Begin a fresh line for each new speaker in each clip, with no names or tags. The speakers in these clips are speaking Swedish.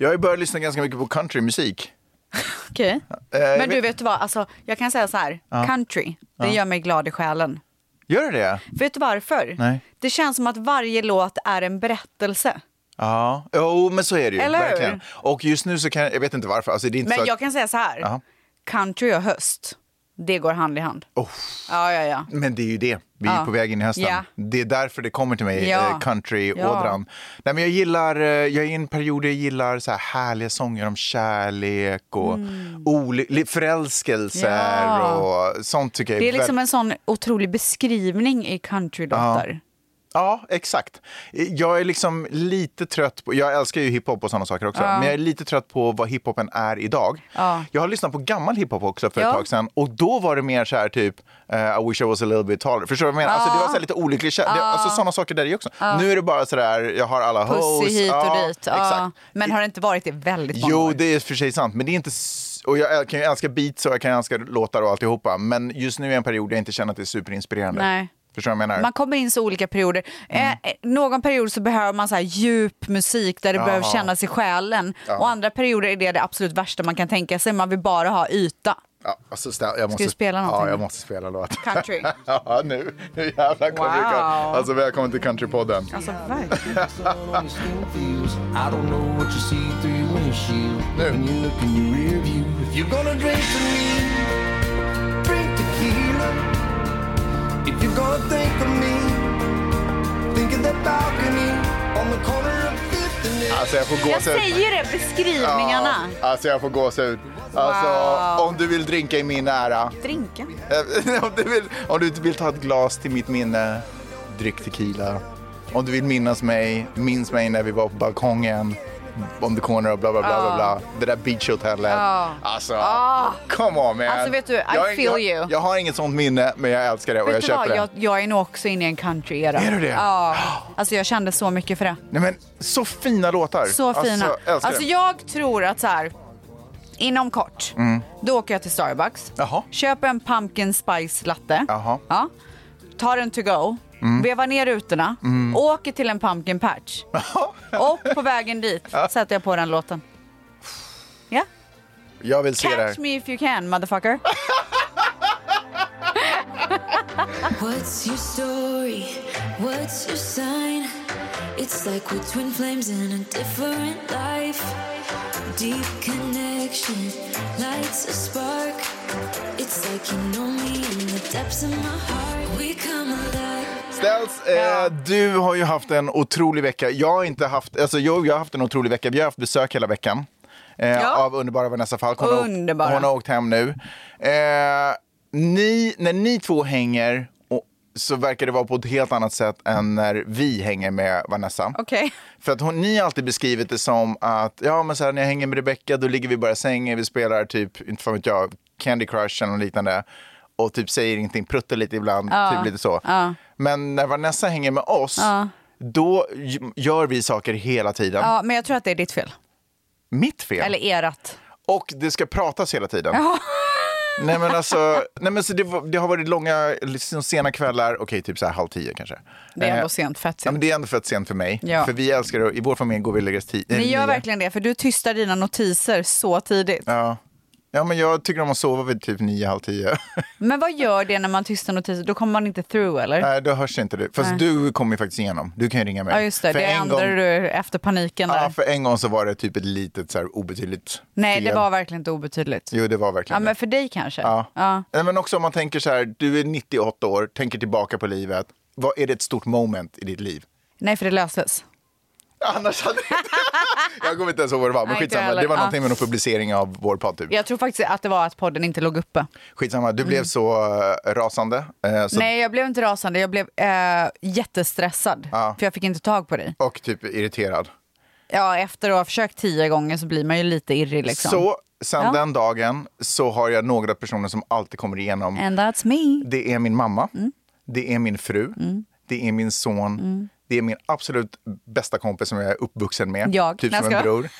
Jag har ju börjat lyssna ganska mycket på countrymusik.
Okej.
Eh,
Men du,
vet-
vet du vad? Alltså, jag kan säga så här. Country, det gör mig glad i själen.
Gör det det?
Vet du varför?
Nej.
Det känns som att varje låt är en berättelse.
Ja, jo men så är det ju.
Eller hur?
verkligen. Och just nu så kan jag, jag vet inte varför, alltså, det är inte så
Men
att,
jag kan säga så här.
Ja.
Country och höst, det går hand i hand.
Oh,
Ja, ja, ja.
men det är ju det, vi är
Ja.
på väg in i hösten.
Ja.
Det är därför det kommer till mig,
Ja.
eh, countryådran. Nej men jag gillar, eh, jag är i en period där jag gillar så här härliga sånger om kärlek och oli- li- förälskelser
Mm. Ja.
och sånt tycker jag
Det är
väldigt-
liksom en sån otrolig beskrivning i countrylåtar.
Ja, exakt. Jag är liksom lite trött på, jag älskar ju hiphop och sådana saker också, men jag är lite trött på vad hiphopen är idag.
Ja.
Jag har lyssnat på gammal hiphop också för
Ja.
ett tag sedan och då var det mer så här typ eh, I wish I was a little bit taller. Förstår du vad jag menar? Alltså, det var så här lite olycklig kä- det, alltså sådana saker där i också. Nu är det bara så där, jag har alla hoes.
Pussy hit och
Ja,
dit. Ja.
Exakt.
Men har det inte varit det väldigt många
Jo,
år?
det är för sig sant. Men det är inte... s- Och jag kan ju älska beats och jag kan älska låtar och alltihopa. Men just nu är en period där jag inte känner att det är superinspirerande.
Nej.
Förstår du vad jag menar?
Man kommer in så olika perioder.
Mm.
Eh, eh, någon period så behöver man så här djup musik där det behöver kännas i själen. Och andra perioder är det det absolut värsta man kan tänka sig. Man vill bara ha yta.
Ja, alltså, stä- jag måste,
du spela någonting?
Ja, jag måste spela låt.
Country.
ja, nu, nu jävlar kommer
Wow.
det. Alltså, välkommen till Countrypodden.
Alltså verkligen.
sun on your skin feels. I don't know what you see through your windshield. When you look in your rear view. If you're gonna drink to me, drink tequila. If you're gonna think of me, think of that balcony on the corner of Fifth and Eighth.
Alltså, jag får
Jag
gåshud.
säger det, beskrivningarna.
Alltså, jag får gåshud. Alltså,
Wow.
om du vill drinka i min ära.
Drinken.
Eh, om, du vill, om du vill ta ett glas till mitt minne, dryck tequila. Om du vill minnas mig, minns mig när vi var på balkongen. On the corner och bla bla bla. bla, bla. Det där beachhotellet.
Ja.
Alltså,
Ah.
come on man.
Alltså, vet du, I
jag,
feel
jag,
you.
Jag har inget sånt minne, men jag älskar det och jag
Vet du
köper
vad,
det.
jag, jag är nog också inne i en country-era.
Är du det?
Ja. Alltså jag kände så mycket för det.
Nej men så fina låtar.
Så fina.
Alltså, älskar
Alltså
det.
jag tror att så här, inom kort,
Mm.
då åker jag till Starbucks,
Jaha.
köper en pumpkin spice latte,
Jaha.
ja, tar en to go,
Mm.
vevar ner rutorna, åker till en pumpkin patch och på vägen dit sätter jag på den låten. Ja.
Jag vill se det här.
Catch me if you can, motherfucker.
What's your story? What's your sign? It's like we're twin flames in a different life. Deep connection lights a spark. It's like you know me in the depths of my heart. We come alive.
Ställs, eh, du har ju haft en otrolig vecka. Jag har inte haft, alltså jo, jag har haft en otrolig vecka. Vi har haft besök hela veckan. Eh,
Ja.
Av underbara Vanessa Falk. Hon, har åkt-
Underbara.
hon har åkt hem nu. Eh, ni, när ni två hänger och, så verkar det vara på ett helt annat sätt än när vi hänger med Vanessa.
Okej.
För att hon, ni har alltid beskrivit det som att ja, men så här, när jag hänger med Rebecca då ligger vi bara i sängen, vi spelar typ, inte fan vet jag, Candy Crush eller något liknande. Och typ säger ingenting, pruttar lite ibland, typ lite så. Men när Vanessa hänger med oss, då j- gör vi saker hela tiden.
Ja, men jag tror att det är ditt fel.
Mitt fel.
Eller erat.
Och det ska pratas hela tiden. Nej men alltså, nej, men så det, var- det har varit långa, liksom, sena kvällar, okej typ så här halv tio kanske.
Det är
Eh,
ändå sent, fett
Ja,
sent.
men det är ändå fett sent för mig.
Ja.
För vi älskar att, i vår familj går vi och lägger oss ti- eh,
Ni gör
nio.
verkligen det, för du tystar dina notiser så tidigt.
Ja. ja, men jag tycker om att sova vid typ nio, halv tio.
Men vad gör det när man tystar notiser? Då kommer man inte through eller?
Nej, då hörs inte du. Fast du kom ju faktiskt igenom. Du kan ju ringa mig.
ja just det,
För
det
en
ändrar
gång...
du efter paniken där.
Ja, för en gång så var det typ ett litet så här obetydligt
Nej,
fel.
det var verkligen inte obetydligt.
Jo, det var
ja,
verkligen det.
men för dig kanske?
Ja. Nej, Men också om man tänker så här, du är 98 år, tänker tillbaka på livet. Vad, är det ett stort moment i ditt liv?
Nej, för det löstes.
Annars hade jag inte... jag kommer inte ens ihåg vad det var, men
Nej, inte
skitsamma.
heller.
Det var
Ja.
någonting med någon publicering av vår podd typ.
Jag tror faktiskt att det var att podden inte låg uppe.
Skitsamma, du blev så eh, rasande. eh, så...
Mm. Nej, jag blev inte rasande. Jag blev eh, jättestressad,
Ja.
för jag fick inte tag på dig.
Och typ irriterad.
Ja, efter att ha försökt tio gånger så blir man ju lite irrig liksom.
Så sen
Ja.
den dagen så har jag några personer som alltid kommer igenom.
And that's me.
Det är min mamma,
Mm.
det är min fru, det är min son, det är min absolut bästa kompis som jag är uppvuxen med.
Jag.
Typ
Nej,
som
jag
en
skojar.
bror.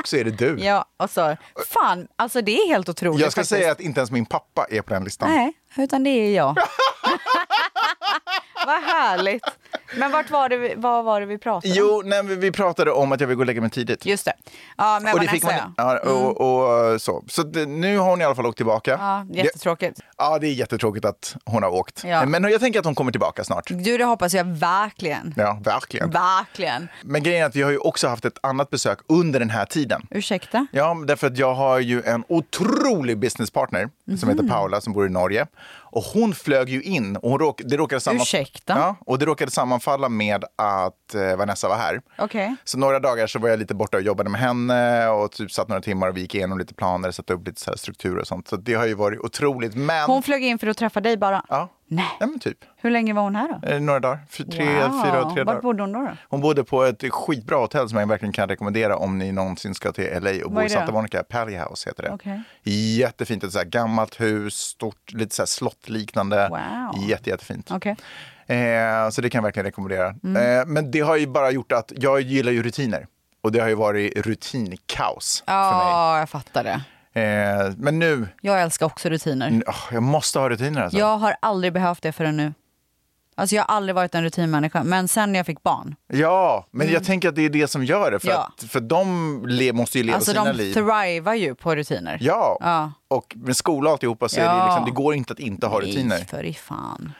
Och så är det du.
Ja, och så. Fan, alltså det är helt otroligt
jag ska
faktiskt.
säga att inte ens min pappa är på den listan.
Nej, utan det är jag. Vad härligt. Men vart var det, vi- vad var det vi pratade om?
Jo, nej, men vi pratade om att jag vill gå och lägga mig tidigt.
Just det. Ja, men
och
vad
det fick
nästa
man,
man... ja. Mm.
ja, och, och, eh, så. Så att, eh, nu har hon i alla fall åkt tillbaka.
Ja,
det,
jättetråkigt.
ja, det är jättetråkigt att hon har åkt.
Ja. Mm.
Men jag tänker att hon kommer tillbaka snart.
Du, det hoppas jag verkligen.
Ja, verkligen.
Verkligen.
Men grejen är att vi har ju också haft ett annat besök under den här tiden.
Ursäkta?
Ja, men därför att jag har ju en otrolig businesspartner som
Mhm.
heter Paula som bor i Norge. Och hon flög ju in och hon råk, det, råkade sammanf-
Ursäkta?
Ja, och det råkade sammanfalla med att eh, Vanessa var här.
Okej.
Så några dagar så var jag lite borta och jobbade med henne och typ satt några timmar och vi gick igenom lite planer, satte upp lite så här strukturer och sånt. Så det har ju varit otroligt. Men...
Hon flög in för att träffa dig bara?
Ja.
Nej.
Ja, men typ.
Hur länge var hon här då?
Eh, Några dagar. Fy- Tre,
Wow.
fyra, tre
Vart
dagar.
bodde hon då? då?
Hon bodde på ett skitbra hotell som jag verkligen kan rekommendera om ni någonsin ska till LA och
Vad
bo
är
i
det?
Santa Monica. Pally House heter det.
Okej.
Jättefint, ett så här gammalt hus, stort, lite så här slottliknande.
Wow.
Jätte, jättefint.
Okej. Mm.
Eh, så det kan jag verkligen rekommendera. Eh, men det har ju bara gjort att jag gillar ju rutiner. Och det har ju varit rutinkaos för
Ja, jag fattar det.
mig. Eh, men nu,
Jag älskar också rutiner.
åh, jag måste ha rutiner alltså.
Jag har aldrig behövt det förrän nu. Alltså jag har aldrig varit en rutinmänniska, men sen när jag fick barn.
Ja, men jag tänker att det är det som gör det. För,
Mm. Ja.
att, för de le- måste ju leva
Alltså
sina
de
liv.
thrivar ju på rutiner.
Ja.
Ja.
och med skola och alltihopa så är det,
Ja.
liksom, det går inte att inte ha rutiner.
Nej, för i fan.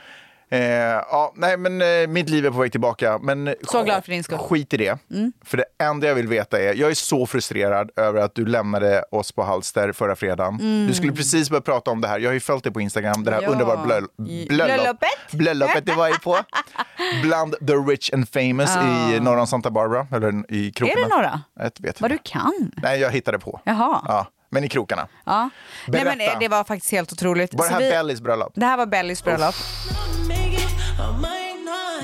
Eh, ja, nej, men eh, mitt liv är på väg tillbaka. Men eh,
Så glad för din skull. Mm.
Skit i det. För det enda jag vill veta är, jag är så frustrerad över att du lämnade oss på Halster förra fredagen. Du skulle precis börja prata om det här. Jag har ju följt dig på Instagram, det här
Mm. Ja.
underbara blö,
I-
blöllop,
blöllopet.
blöllopet du var ju på. Bland the rich and famous i norr om Santa Barbara, eller i krokarna.
Ah. Är det norra?
Jag vet
Vad
inte.
du kan.
Nej, jag hittade på.
Jaha.
Ja, men i krokarna.
Ja. Nej, men
Berätta.
eh, det var faktiskt helt otroligt.
Var det
Så
här
vi-
Bellys bröllop?
det här var Bellys bröllop.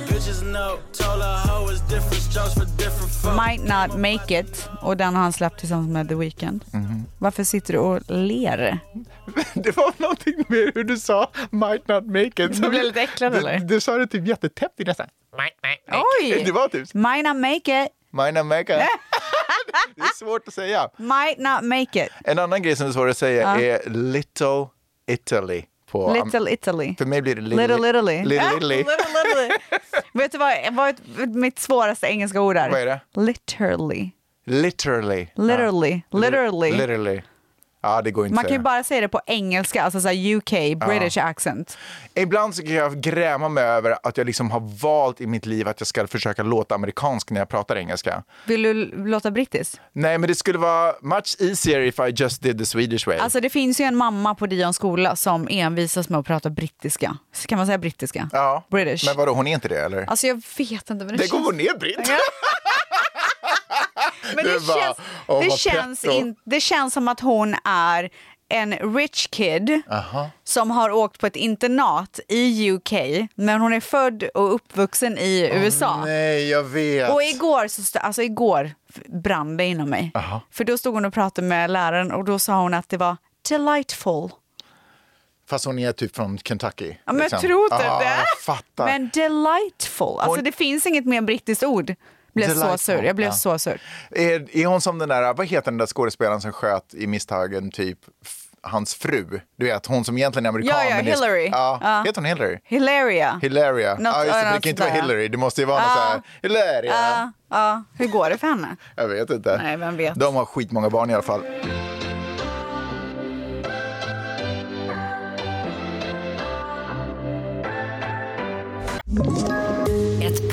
Bitches know, told her hoe is different strokes for different folks.
Might not make it. Och den har han släppt tillsammans med The Weeknd.
Mhm.
Varför sitter du och ler?
Det var någonting med hur du sa might not make it.
Du blev lite äcklad,
Du-
eller?
Du sa det typ jättetäppt i näsan.
Oj!
Det var typ
Might not make it.
might not make it. det är svårt att säga.
Might not make it.
En annan grej som är svår att säga är little Italy. På
Little Italy.
För mig blir det little,
Little Italy.
Little Italy.
Little Italy. Vet du vad, vad är mitt svåraste engelska ord är?
Vad är det?
Literally.
Literally.
Literally.
Ja.
Literally.
Literally. Ja, det går inte
Man
att
kan ju
säga.
bara säga det på engelska, alltså så här UK, British accent.
Ibland så kan jag gräma mig över att jag liksom har valt i mitt liv att jag ska försöka låta amerikansk när jag pratar engelska.
Vill du l- låta brittisk?
Nej, men det skulle vara much easier if I just did the Swedish way.
Alltså det finns ju en mamma på Dions skola som envisas med att prata brittiska. Så Kan man säga brittiska?
ja.
British.
Men vadå, hon är inte det eller?
Alltså jag vet inte men
det
det
går
känns...
hon ner Britt.
Men
Det
det,
är bara,
känns,
åh,
det,
vad
känns
pretto.
in, det känns som att hon är en rich kid som har åkt på ett internat i UK men hon är född och uppvuxen i USA.
Nej, jag vet.
Och igår, så st- alltså igår f- brann det inom mig. För då stod hon och pratade med läraren och då sa hon att det var delightful.
Fast hon är typ från Kentucky.
Ja, men
liksom.
jag tror inte
Ja,
det.
Jag fattar.
Men delightful, alltså
Hon-
det finns inget mer brittiskt ord. Blev så
Delightful,
sur. Jag blev
ja.
så sur.
Är, är hon som den där, vad heter den där skådespelaren som sköt i misstagen typ f- hans fru? Du vet, hon som egentligen är amerikan.
Ja, ja,
men är-
Hillary.
Ja.
Ja.
Heter hon Hillary?
Hilaria.
Hilaria.
Något-
ja, just det, för det
något
kan inte
sånt
vara
där, ja.
Hillary, det måste ju vara
Ja.
något så här, Hilaria.
Ja, ja. Hur går det för henne?
Jag vet inte.
Nej, vem vet.
De har skitmånga barn i alla fall.
Ett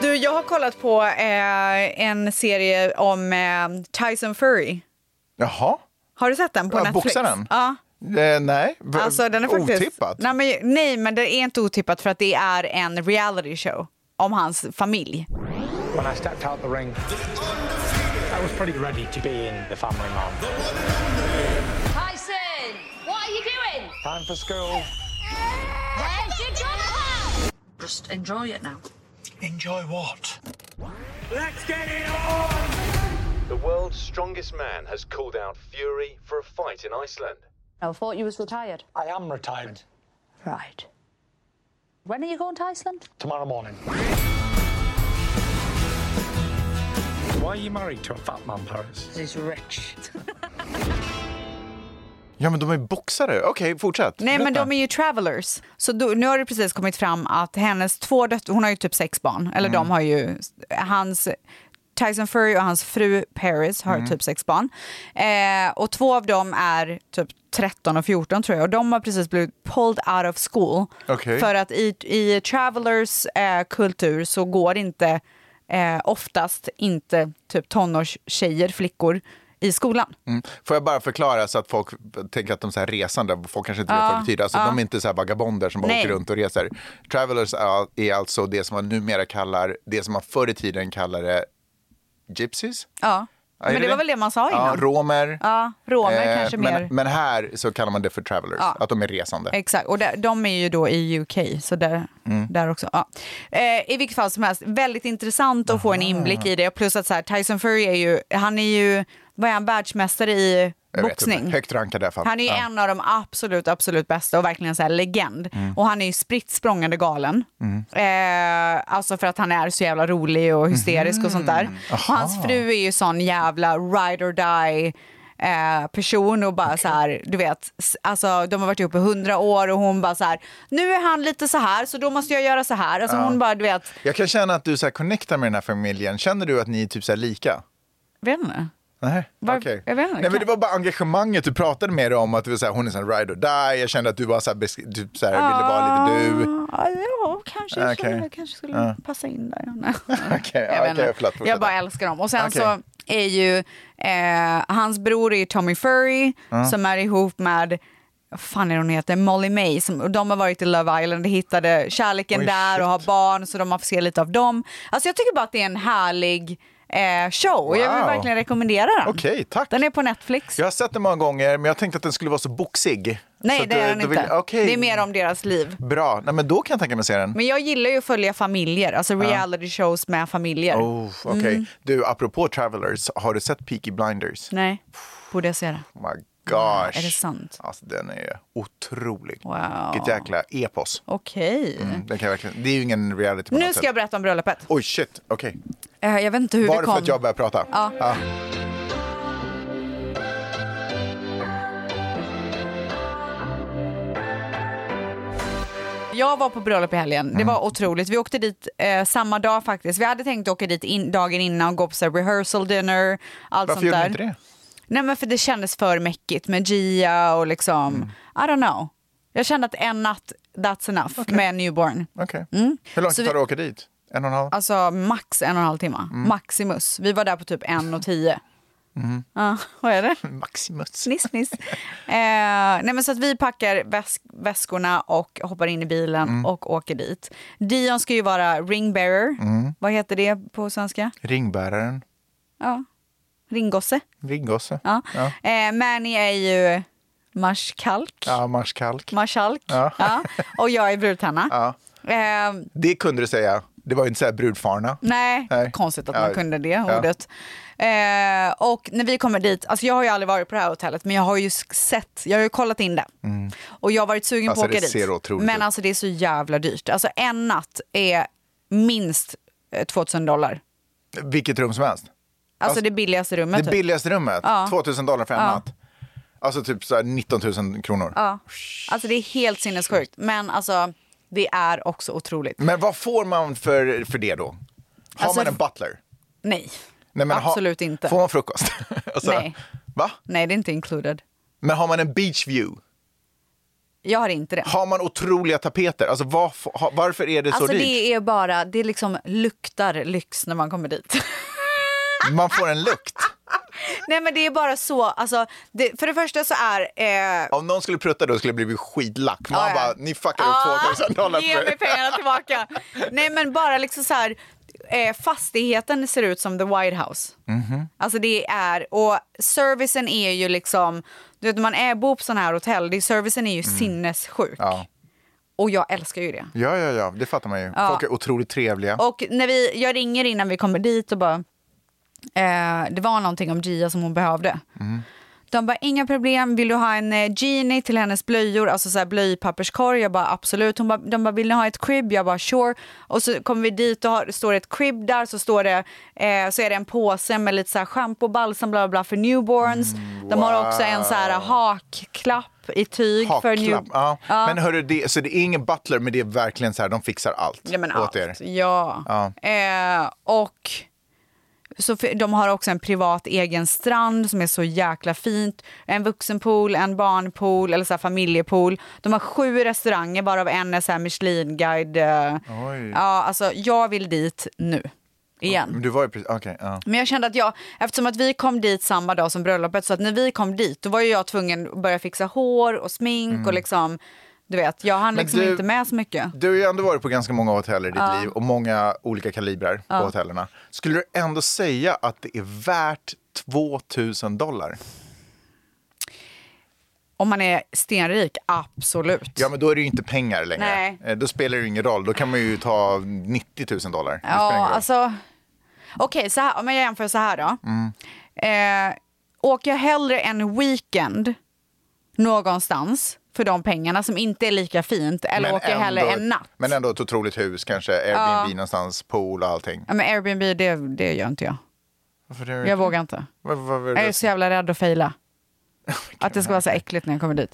Du, jag har kollat på eh, en serie om eh, Tyson Fury.
Jaha.
Har du sett den på
Ja,
Netflix?
boxaren?
Ja.
Eh, nej, V-
Alltså, den är faktiskt...
otippat.
Nej men, nej, men det är inte otippat för att det är en reality show om hans familj.
When I stepped out the ring, I was pretty ready to be in the family man.
Tyson, what are you doing?
Time for school.
Where's your jumper?
Enjoy what?
Let's get it on! The world's strongest man has called out Fury for a fight in Iceland.
I thought you was retired.
I am retired.
Right. When are you going to Iceland?
Tomorrow morning. Why are you married to a fat man, Paris?
He's rich.
Ja, men de är boxare. Okej, fortsätt.
Nej, men de är ju travelers. Så då, nu har det precis kommit fram att hennes två döttrar, hon har ju typ sex barn, eller
Mm.
de har ju, hans Tyson Fury och hans fru Paris har
Mm.
typ sex barn. Eh, och två av dem är typ 13 och 14 tror jag. Och de har precis blivit pulled out of school.
Okej.
För att i, i travelers eh, kultur så går inte eh, oftast inte typ tonårstjejer, flickor i skolan.
Mm. Får jag bara förklara så att folk tänker att de är så här resande, folk kanske inte vet
Ja,
vad det betyder. Alltså,
ja.
De är inte så här vagabonder som bara
Nej.
åker runt och reser. Travelers är- är alltså det som man numera kallar, det som man förr i tiden kallade gypsies.
Ja.
är
Men det, var väl det man sa innan?
Ja, romer.
Ja, romer
Eh,
kanske
men,
mer.
men här så kallar man det för travelers,
Ja.
att de är resande.
Exakt, och där, de är ju då i UK, så där,
Mm.
där också. Ja. Eh, I vilket fall som helst, väldigt intressant att få en inblick i det. Plus att så här, Tyson Fury är ju, han är ju, vad är han, världsmästare i
Jag vet inte,
boxning?
Högt rankad i alla fall.
Han är ju
Ja.
en av de absolut, absolut bästa och verkligen så här legend.
Mm.
Och han är ju spritt språngande galen.
Mm.
Eh, alltså för att han är så jävla rolig och hysterisk och sånt
Mm.
där. Och hans fru är ju sån jävla ride or die eh, person och bara så här, du vet, s- alltså de har varit ihop i hundra år och hon bara så här, nu är han lite så här så då måste jag göra så här. Alltså
Ja.
hon bara, du vet,
Jag kan känna att du så här connectar med den här familjen. Känner du att ni är typ så här lika?
vet inte.
Nej,
Var-
okej.
jag vet inte,
Nej, men
kan-
det var bara engagemanget du pratade med dig om, att du var så här, hon är sån ride or die, jag kände att du var så här, besk- typ så här, ville vara lite du.
Ah, Ja, ja kanske, jag
Okej.
skulle, jag kanske skulle
Ja.
passa in där. Nej.
Okej,
Jag
ja,
vet
okej,
inte.
förlåt.
Jag
fortsätt.
bara älskar dem. Och sen
Okej.
så är ju eh, hans bror är ju Tommy Furry
Ja.
som är ihop med vad fan är hon heter, Molly May. Som, och de har varit i Love Island och hittade kärleken
Oj,
där
shit.
och har barn så de har fått se lite av dem. Alltså jag tycker bara att det är en härlig eh, show och jag vill
Wow.
verkligen rekommendera den.
Okej, tack.
Ah. Den är på Netflix.
Jag har sett den många gånger, men jag tänkte att den skulle vara så boxig. så
Nej
att
det
du-
är den
du vill-
inte.
okej.
Det är mer om deras liv.
Bra, Nej, men då kan jag tänka mig att se den.
Men jag gillar ju att följa familjer, alltså
Ja.
reality shows med familjer.
Oh, okej.
Mm.
Du, apropå Travelers, har du sett Peaky Blinders?
Nej, borde jag se det?
Oh my gosh.
Är det sant?
Alltså, den är otrolig.
Wow.
Vilket jäkla epos.
Okej.
Mm, den kan jag verkligen, det är ju ingen reality på
Nu
något
ska
sätt.
jag berätta om bröllopet.
Oj, shit. Okej.
Eh, Jag vet inte hur
Var
det
det
kom.
för att jag började prata? Ah.
Ja. Jag var på bröllop i helgen.
Mm.
Det var otroligt. Vi åkte dit eh, samma dag faktiskt. Vi hade tänkt åka dit in, dagen innan och gå på så här, rehearsal dinner. Allt
Varför
sånt
gjorde
där.
ni inte det?
Nej men för det kändes för mäckigt med Gia och liksom,
Mm.
I don't know. Jag kände att en natt, that's enough med en newborn.
Okej.
Mm.
Hur långt
Så
tar
vi-
det att åka dit? En och en halv?
Alltså max en och en halv timme.
Mm.
Maximus. Vi var där på typ en och tio.
Mm.
Ja, vad är det?
Maximus.
Sniss, sniss. Eh, nej men så att vi packar väsk väskorna och hoppar in i bilen
Mm.
och åker dit. Dion ska ju vara ringbearer.
Mm.
Vad heter det på svenska?
Ringbäraren.
Ja. Ringgosse.
Ringgosse.
Ja.
Ja.
Eh, Mani är ju marskalk.
Ja, marskalk.
Marskalk.
Ja.
Ja. Och jag är brudtänna.
Ja.
Eh,
Det kunde du säga. Det var ju inte så här brudfarna.
nej,
Nej.
konstigt att man
Ja.
kunde det
Ja.
ordet. Eh, och när vi kommer dit, alltså jag har ju aldrig varit på det här hotellet men jag har ju sett, jag har ju kollat in det.
Mm.
Och jag har varit sugen
Alltså,
på att åka
det ser
dit.
otroligt
Men
ut.
alltså det är så jävla dyrt. Alltså en natt är minst eh, 2000 dollar.
Vilket rum som helst.
Alltså, det billigaste rummet.
Det
typ.
billigaste rummet,
Ja.
2000 dollar för en
Ja.
natt. Alltså typ så här 19 000 kronor.
Ja. Alltså det är helt sinnessjukt. Men alltså det är också otroligt.
Men vad får man för, för det då? Har
Alltså,
man en butler?
Nej,
Nej, men ha-
absolut inte.
Får man frukost? Alltså,
Nej.
Va?
Nej, det är inte included.
Men har man en beach view?
Jag har inte det.
Har man otroliga tapeter? Alltså, vad f- ha- varför är det så
alltså
dyrt?
det är bara, det liksom luktar lyx när man kommer dit.
Man får en lukt.
Nej men det är bara så, alltså det, för det första så är... Eh,
Om någon skulle prutta då skulle det bli skitlack. Man
Ja, ja.
bara, ni fuckade upp 2000 dollar
Ge mig pengarna tillbaka. Nej men bara liksom så här, eh, fastigheten ser ut som the White House.
Mhm.
Alltså det är, och servicen är ju liksom, du vet när man är, bor på sådana här hotell, det, servicen är ju sinnessjuk. Och jag älskar ju det.
Ja, ja, ja, det fattar man ju.
Ja.
Folk är otroligt trevliga.
Och när vi, jag ringer innan vi kommer dit och bara, eh, det var någonting om Gia som hon behövde.
Mm.
De bara, inga problem, vill du ha en eh, genie till hennes blöjor, alltså så här blöjpapperskorg? Jag bara absolut. Hon bara, de bara, vill ni ha ett crib? Jag bara sure. Och så kommer vi dit och har, står det ett crib där, så, står det, eh, så är det en påse med lite så här shampoo, balsam, bla bla, bla för newborns. De har också en så här hakklapp i tyg för new...
Hakklapp. Ja.
Ja.
Men hörru, det, så det är ingen butler, men det är verkligen så här, de fixar allt
Ja, men
åt
allt.
er.
Ja.
Ja.
Eh, och så f- de har också en privat egen strand som är så jäkla fint. En vuxenpool, en barnpool eller så här familjepool. De har sju restauranger varav en är så här Michelin-guide. eh.
Oj.
Ja, alltså jag vill dit nu. Igen.
Men Du var ju precis, okej. ja.
Men jag kände att jag, eftersom att vi kom dit samma dag som bröllopet, så att när vi kom dit då var ju jag tvungen att börja fixa hår och smink
Mm.
och liksom, du vet, jag hann
Men
liksom
du-
inte med så mycket.
Du har ju ändå varit på ganska många hotell i ditt
Ja.
liv och många olika kalibrar
Ja.
på hotellerna. Skulle du ändå säga att det är värt 2000 dollar?
Om man är stenrik, absolut.
Ja, men då är det ju inte pengar längre.
Nej.
Eh, Då spelar det ju ingen roll. Då kan man ju ta 90 000 dollar. Det spelar ingen
Ja,
roll.
alltså. Okej, så här- om jag jämför så här då.
Mm.
Eh, åker jag hellre en weekend någonstans för de pengarna som inte är lika fint eller åker jag hellre en natt?
Men ändå ett otroligt hus, kanske Airbnb någonstans, pool och allting.
Ja, men Airbnb, det, det gör inte jag.
Varför är det-
Jag vågar inte.
Varför, varför är
Jag
det-
är så jävla rädd att fejla. Att det ska vara så äckligt när jag kommer dit.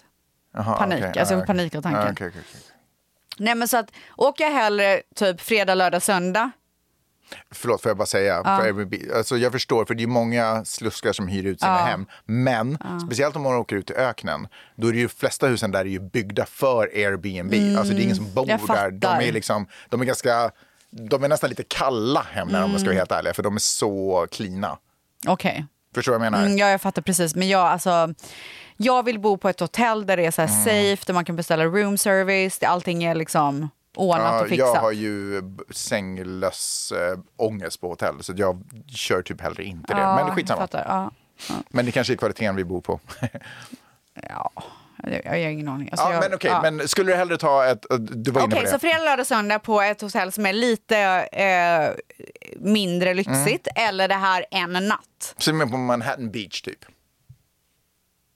Jaha,
panik.
okej,
Alltså, jag
ja,
får panik av
okej.
tanken.
Ja, okej, okej, okej.
Nej men så att åker jag hellre typ fredag, lördag, söndag.
Förlåt, får jag bara säga?
Ja.
För Airbnb, alltså jag förstår, för det är många sluskar som hyr ut sina
Ja.
hem. Men speciellt om man åker ut i öknen, då är det ju flesta husen där är ju byggda för Airbnb.
Mm,
Alltså det är ingen som bor
jag
där. De
fattar.
är, liksom, de är ganska... De är nästan lite kalla hem när de ska
Mm.
vara helt ärliga, för de är så cleana.
Okej.
Förstår du vad jag menar?
Mm, ja, jag fattar precis. Men jag, alltså, jag vill bo på ett hotell där det är så här
Mm.
safe, där man kan beställa room service, där allting är liksom ordnat
Ja,
och fixat.
Jag har ju b- sänglös äh, ångest på hotell, så jag kör typ hellre inte det.
Ja,
Men skitsamma.
jag fattar. Ja.
Men det kanske är kvaliteten vi bor på.
Jag, jag har ingen aning. Alltså,
ja,
jag,
men okej,
ja.
men skulle du hellre ta ett... eh, Du var inne
Okej,
på det.
så fredag, lördag, söndag på ett hotell som är lite eh, mindre lyxigt
Mm.
eller det här en natt.
Som är på Manhattan Beach typ.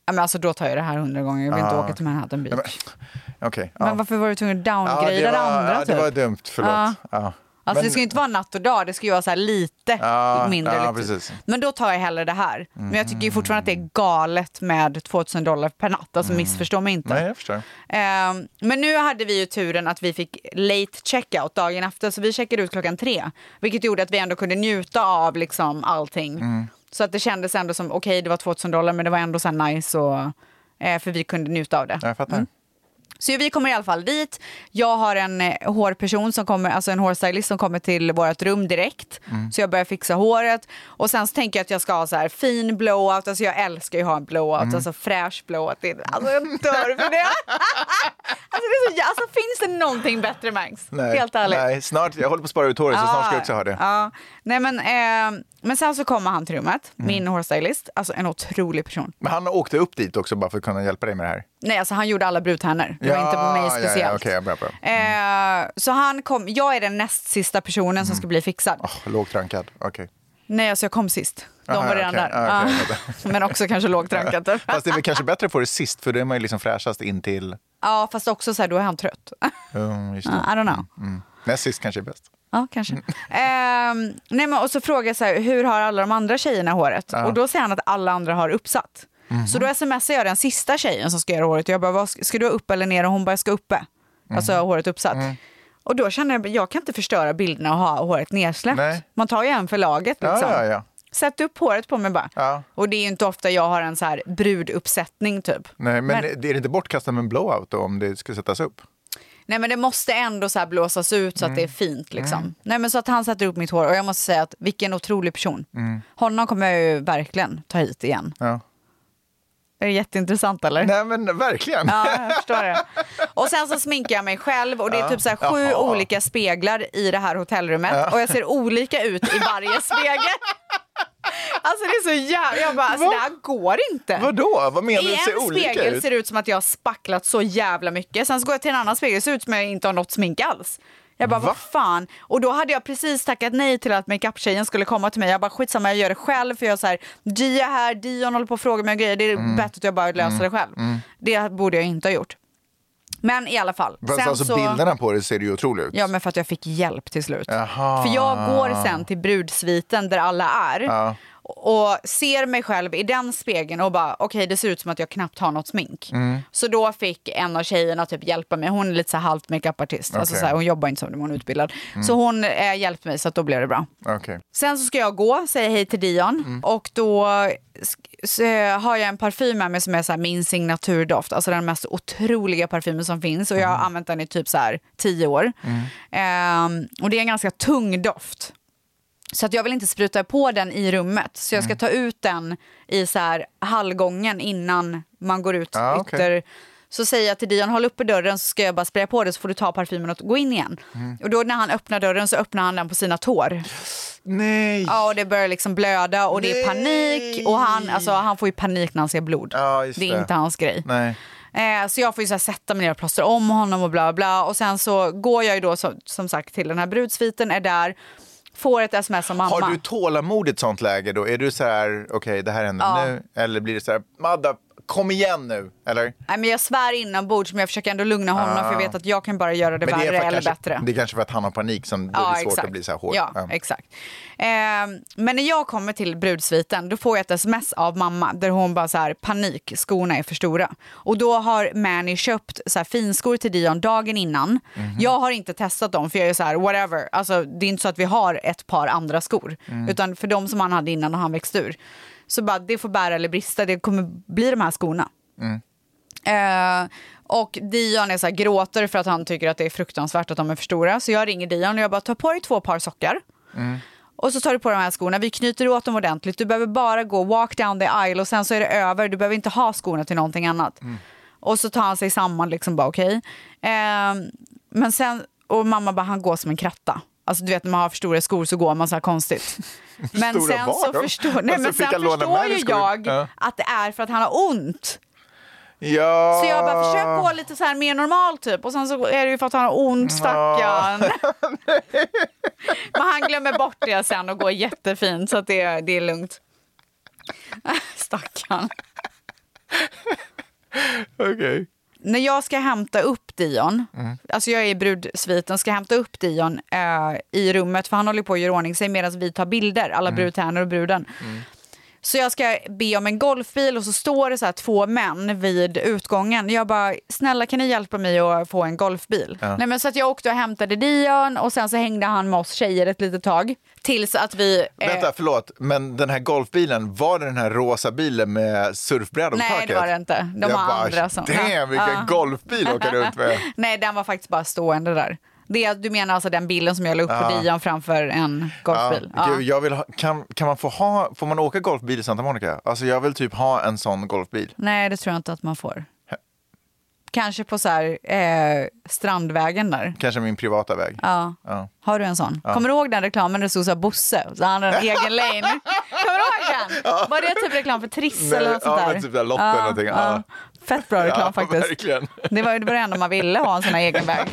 Ja, men alltså, då tar jag det här hundra gånger. Jag vill inte
Ja.
åka till Manhattan Beach.
Ja, Ah. men- Okej. ja.
Men varför var du tvungen att downgrada
Ja, det,
det
var,
andra?
ja, det
typ?
var dumt, förlåt.
Ja.
Ja.
Alltså det
Men-
ska ju inte vara natt och dag, det ska ju vara så här lite
Ja,
mindre
ja,
lyxigt.
precis.
Men då tar jag hellre det här. Men jag tycker ju fortfarande att det är galet med 2000 dollar per natt, alltså missförstå mig inte.
Mm. Nej, jag förstår.
Ehm, men nu hade vi ju turen att vi fick late checkout dagen efter, så vi checkade ut klockan tre. Vilket gjorde att vi ändå kunde njuta av liksom allting.
Mm.
Så att det kändes ändå som, okej det var 2000 dollar men det var ändå så här nice och, eh, för vi kunde njuta av det. Mm.
Jag fattar.
Så vi kommer i alla fall dit. Jag har en eh, hårperson som kommer, alltså en hårstylist som kommer till vårt rum direkt.
Mm.
Så jag börjar fixa håret och sen så tänker jag att jag ska ha så här fin blowout. Alltså jag älskar ju att ha en blowout,
Mm.
alltså fräsch blowout. Det är- Alltså jag dör för det. alltså, det är så, jä- alltså finns det någonting bättre Mangs?
Nej,
Helt ärligt.
Nej, snart, jag håller på att spara ut håret, så snart ska jag
Ah,
också ha det.
Ja. Nej, men, eh, men sen så kommer han till rummet,
Mm.
min hårstylist, alltså en otrolig person.
Men han åkte upp dit också bara för att kunna hjälpa dig med det här.
Nej, alltså han gjorde alla brudtärnor. Det var inte på mig speciellt.
Ja, ja, okej, jag bra, bra.
Eh, så han kom, jag är den näst sista personen
Mm.
som ska bli fixad.
Lågt rankad, okej.
Nej, alltså jag kom sist. De
Ah. Aha,
var redan
okej.
där.
Ah, okej,
Ja.
jag
Men också kanske typ. lågt rankat. Ja,
Fast det är väl kanske bättre att få det sist, för då är man ju liksom fräschast in till...
fast också så här, då är han trött.
Um, just det.
I don't know.
Mm. Näst sist kanske är bäst.
Ja, kanske.
Mm.
Ehm, nej, men, och så frågar jag så här, hur har alla de andra tjejerna håret?
Ja.
Och då säger han att alla andra har uppsatt.
Mhm.
Så då smsar jag den sista tjejen som ska göra håret. Jag bara, vad, ska ska du ha upp eller ner? Och hon bara, jag ska uppe. Alltså
Mhm.
håret uppsatt.
Mm.
Och då känner jag, jag kan inte förstöra bilderna och ha håret nedsläppt. Man tar ju en för laget
Ja,
liksom.
ja, ja.
Sätt upp håret på mig bara. Och det är ju inte ofta jag har en så här bruduppsättning typ.
Nej, men,
Men-
är det inte bortkastat med en blowout då, om det ska sättas upp?
Nej men det måste ändå så här blåsas ut så att det är fint liksom.
Mm.
Nej men så att han sätter upp mitt hår och jag måste säga att vilken otrolig person.
Mm.
Honom kommer jag ju verkligen ta hit igen.
Ja.
Är det jätteintressant eller?
Nej men verkligen.
Ja, jag förstår det. Och sen så sminkar jag mig själv och det är
Ja.
typ så här sju
Jaha.
olika speglar i det här hotellrummet
Ja.
och jag ser olika ut i varje spegel. Alltså det är så jävla... Jag bara, alltså,
Va?
det här går inte.
Vadå? Vad menar
I
du? Det ser
en
olika
spegel
ut.
ser det ut som att jag har spacklat så jävla mycket. Sen så går jag till en annan spegel och ser ut som att jag inte har något smink alls. Jag bara,
Va?
vad fan? Och då hade jag precis tackat nej till att makeup-tjejen skulle komma till mig. Jag bara, skitsamma, jag gör det själv. För jag är så här, Gia är här, Dion håller på och frågar mig om grejer. Det är bättre att jag bara löser det själv.
Mm.
Det borde jag inte ha gjort. Men i alla fall.
Fast
Sen
alltså
så-
bilderna på det ser ju otroliga ut.
Ja, men för att jag fick hjälp till slut.
Jaha.
För jag går sen till brudsviten där alla är
Ja.
och ser mig själv i den spegeln och bara okej det ser ut som att jag knappt har något smink.
Mm.
Så då fick en av tjejerna typ hjälpa mig. Hon är lite så här halvt makeupartist. Alltså
Okej.
så här, hon jobbar inte som det, men hon är utbildad.
Mm.
Så hon eh, hjälpte mig så att då blev det bra.
Okej.
Sen så ska jag gå, säga hej till Dion
Mm.
och då sk- så har jag en parfym med mig som är så här min signaturdoft. Alltså den mest otroliga parfymen som finns och jag
Mm.
har använt den i typ så här tio år. Ehm, och det är en ganska tung doft. Så att jag vill inte spruta på den i rummet. Så jag
Mm.
ska ta ut den i så här hallgången innan man går ut
Ah, okej.
ytter. Så säger jag till Dion, håll uppe dörren så ska jag bara spraya på det så får du ta parfymen och gå in igen.
Mm.
Och då när han öppnar dörren så öppnar han den på sina tår.
Nej!
Ja, och det börjar liksom blöda och det är panik. Och han, alltså, han får ju panik när han ser blod.
just
det är
det.
inte hans grej.
Nej.
Eh, så jag får ju så här sätta mig ner och plåstra om honom och bla bla. Och sen så går jag ju då som, som sagt till den här brudsviten, är där, får ett sms av mamma.
Har du tålamod i ett sånt läge då? Är du så här, okej det här händer
Ja.
nu? Eller blir det så här, Madda, kom igen nu? Eller?
Nej, men jag svär inombords men jag försöker ändå lugna honom
Ah.
för jag vet att jag kan bara göra det
Men
värre
för
eller
kanske,
bättre.
Det är kanske för att han har panik som det blir svårt att bli så här hård.
Ja, exakt. Ehm, men när jag kommer till brudsviten då får jag ett sms av mamma där hon bara så här panik, skorna är för stora. Och då har Manny köpt så här finskor till Dion dagen innan.
Mhm.
Jag har inte testat dem för jag är så här whatever, alltså det är inte så att vi har ett par andra skor.
Mm.
Utan för de som han hade innan och han växte ur. Så bara det får bära eller brista, det kommer bli de här skorna.
Mm.
Eh, och Dion är så här, gråter för att han tycker att det är fruktansvärt att de är för stora. Så jag ringer Dion och jag bara, ta på dig två par sockar.
Mm.
Och så tar du på de här skorna. Vi knyter åt dem ordentligt. Du behöver bara gå walk down the aisle och sen så är det över. Du behöver inte ha skorna till någonting annat.
Mm.
Och så tar han sig samman liksom bara okej. Ehm, men sen, och mamma bara han går som en kratta. Alltså du vet när man har för stora skor så går man så här konstigt. Men
stora
sen
var
så
de?
förstår, nej,
Alltså,
men
fick
sen
han låna
förstår
med
ju
skor?
jag
Ja.
att det är för att han har ont.
Ja.
Så jag bara försök gå lite så här mer normal typ och sen så är det ju för att han har ont stackarn. Men han glömmer bort det sen och går jättefint så att det, är- det är lugnt. Stackarn.
Okej.
När jag ska hämta upp Dion,
Mm.
alltså jag är i brudsviten, ska hämta upp Dion eh, i rummet för han håller på att göra ordning sig medan vi tar bilder, alla
Mm.
brudtärnor och bruden. Så jag ska be om en golfbil och så står det så här två män vid utgången. Jag bara, snälla kan ni hjälpa mig att få en golfbil?
Ja.
Nej, men så att jag åkte och hämtade Dion och sen så hängde han med oss tjejer ett litet tag. Tills att vi... eh,
Vänta, förlåt, men den här golfbilen, var det den här rosa bilen med surfbräda på
Nej,
taket?
det var det inte. De
jag
har
bara,
andra som- Ja.
Damn, vilken
Ja.
golfbil åker du runt med.
Nej, den var faktiskt bara stående där. Det, du menar alltså den bilden som jag la upp på
Ja.
Dion framför en golfbil?
Ja,
Ja.
Gud, jag vill ha, kan, kan man få ha, får man åka golfbil i Santa Monica? Alltså jag vill typ ha en sån golfbil.
Nej, det tror jag inte att man får. Kanske på så här, eh, Strandvägen där.
Kanske min privata väg.
Ja.
Ja.
Har du en sån?
Ja.
Kommer du ihåg den reklamen där det stod så här Bosse? Så han hade en egen lane. Kommer du ihåg den? Var det typ reklam för Triss
Nej,
eller något sånt
ja,
där?
men typ där Lotta eller någonting, ja.
Fett bra reklam faktiskt.
verkligen.
Det var ju det var det enda man ville ha en sån här egen väg.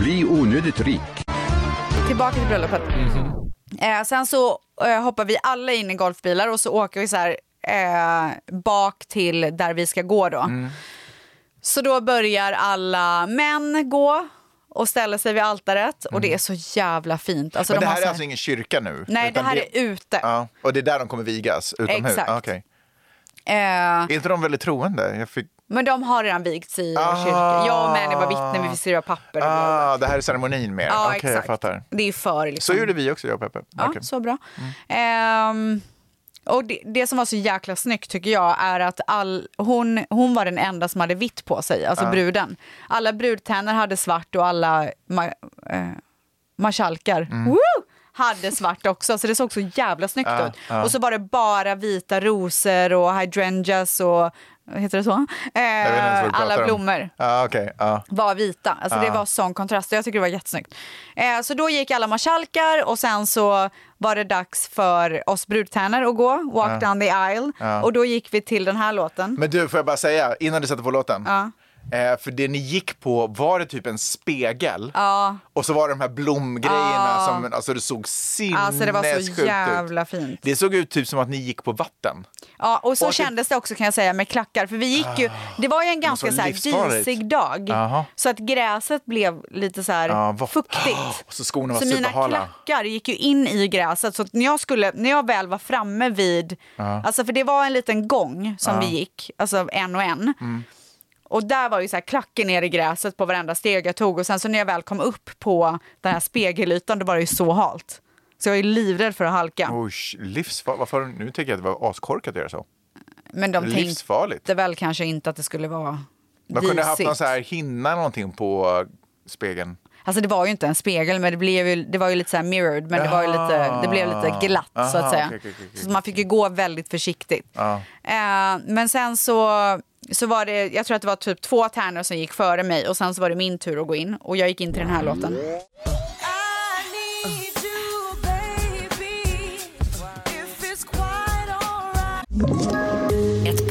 Bli onödigt rik.
Tillbaka till bröllopet.
Mhm.
Eh, sen så eh, hoppar vi alla in i golfbilar och så åker vi så här eh, bak till där vi ska gå då.
Mm.
Så då börjar alla män gå och ställer sig vid altaret och det är så jävla fint. Alltså,
Mm. men det
de har
här
så
är alltså ingen kyrka nu?
Nej, det
utan
här är ute.
Ja, och det är där de kommer vigas, utomhus?
Exakt.
Ah, okej.
Eh,
Är inte de väldigt troende? Jag fick...
men de har redan vigts i
Ah.
kyrkan. Jag och Manny var vittnen, vi fick skriva papper.
Ah, det här är ceremonin mer?
Ja,
Okej, jag
exakt.
fattar.
Det är för
Så
liksom.
gjorde vi också, jag och Peppe.
Ja,
Okej.
så bra.
Mm.
Ehm, och det, det som var så jäkla snyggt tycker jag är att all, hon, hon var den enda som hade vitt på sig, alltså
Ja.
bruden. Alla brudtänner hade svart och alla ma, eh, marskalkar
Mm.
Woo! hade svart också, så det såg så jävla snyggt
Ja,
ut.
ja.
Och så var det bara vita rosor och hydrangeas och heter det så?
Jag vet inte ens vad
Eh,
du pratar
alla
om.
blommor
Ja, okej. ja.
var vita. Alltså det
Ah.
var sån kontrast. Jag tycker det var jättesnyggt. Eh, så då gick alla marskalkar och sen så var det dags för oss brudtärnor att gå, Walk
Ah.
down the aisle.
Ah.
Och då gick vi till den här låten.
Men du, får jag bara säga, innan du sätter på låten.
Ja.
Eh, för det ni gick på, var det typ en spegel?
Ja.
Och så var det de här blomgrejerna
Ja.
som, alltså det såg sinnessjukt
Alltså det var så
ut.
jävla fint.
Det såg ut typ som att ni gick på vatten.
Ja, och så
Och det-
kändes det också kan jag säga med klackar. För vi gick ju, det var ju en ganska
vara
så här
livsfarligt.
disig dag.
Jaha.
Så att gräset blev lite så här
Ja, vad-
fuktigt.
Och så skorna var
så mina
superhala.
klackar gick ju in i gräset. Så att när, jag skulle, när jag väl var framme vid...
Ja.
Alltså för det var en liten gång som
Ja. Mm.
vi gick, alltså en och en. Och där var ju så här klacken ner i gräset på varenda steg jag tog. Och sen så när jag väl kom upp på den här spegelytan, då var det ju så halt. Så jag är livrädd för att halka.
Usch, livsfarligt. Varför, nu tänker jag att det var askorkat att göra så.
Men de
livsfarligt.
tänkte väl kanske inte att det skulle vara
De kunde ha haft någon
disigt.
så här hinna någonting på eh, spegeln.
Alltså det var ju inte en spegel, men det, blev ju, det var ju lite så här mirrored, men det, var ju lite, det blev lite glatt så
Aha,
att säga.
okej, okej, okej,
Så man fick ju gå väldigt försiktigt.
Ja.
Eh, men sen så, så var det, jag tror att det var typ två tärnor som gick före mig och sen så var det min tur att gå in och jag gick in till den här låten.
Ett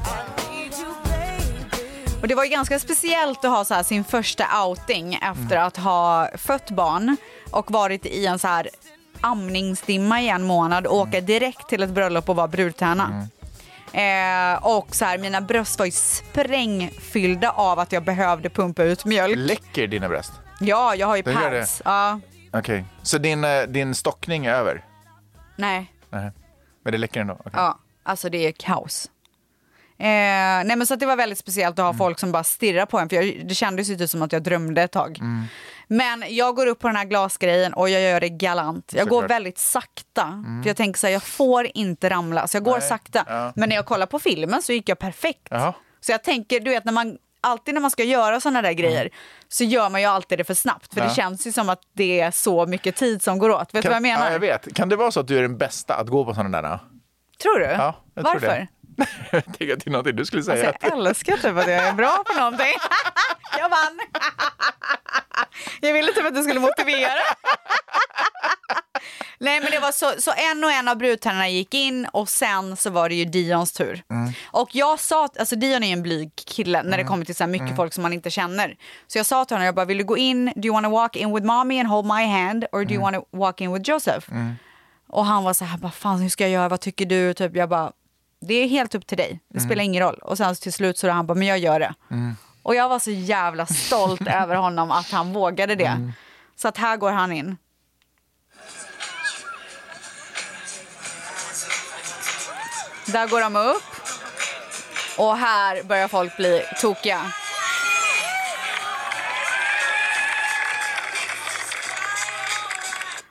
Och det var ju ganska speciellt att ha så här sin första outing efter
Mm.
att ha fött barn och varit i en så här amningsdimma i en månad
Mm.
och åka direkt till ett bröllop och vara brudtärna. Eh, och så här, mina bröst var ju sprängfyllda av att jag behövde pumpa ut mjölk.
Läcker dina bröst?
Ja, jag har ju
Den gör
pads.
det.
Ja,
Okej, så din, eh, din stockning är över?
nej,
Nej. Men det läcker ändå? Okej.
ja, alltså det är kaos. Eh, nej men så att det var väldigt speciellt
Mm.
att ha folk som bara stirrar på en för jag, det kändes ju typ som att jag drömde ett tag.
Mm.
Men jag går upp på den här glasgrejen och jag gör det galant. Jag går
Såklart. Mm.
väldigt sakta. För jag tänker så här, jag får inte ramla. Så jag går
Nej,
sakta.
ja.
Men när jag kollar på filmen så gick jag perfekt.
Jaha.
Så jag tänker, du vet när man, alltid när man ska göra sådana där grejer så gör man ju alltid det för snabbt. För
Mm. Ja.
det känns ju som att det är så mycket tid som går åt. Vet du
Kan-
vad jag menar?
Ja, jag vet. Kan det vara så att du är den bästa att gå på sådana där?
Tror du?
Ja, jag
Varför?
tror det. jag tänker att det är någonting du skulle säga.
Alltså, jag älskar typ att jag är bra på någonting. Jag vann! Jag ville typ att du skulle motivera. Nej men det var så, så en och en av brudtärnorna gick in och sen så var det ju Dions tur. Och jag sa, alltså Dion är ju en blyg kille när det kommer till så här mycket
Mm.
folk som man inte känner. Så jag sa till honom, jag bara vill du gå in, do you wanna walk in with mommy and hold my hand or do you wanna walk in with Joseph? Och han var så här, vad fan hur ska jag göra, vad tycker du? Typ, jag bara, det är helt upp till dig, det
Mm.
spelar ingen roll. Och sen så till slut så han bara, men jag gör det. Och jag var så jävla stolt över honom att han vågade det. Så att här går han in. Där går de upp. Och här börjar folk bli tokiga.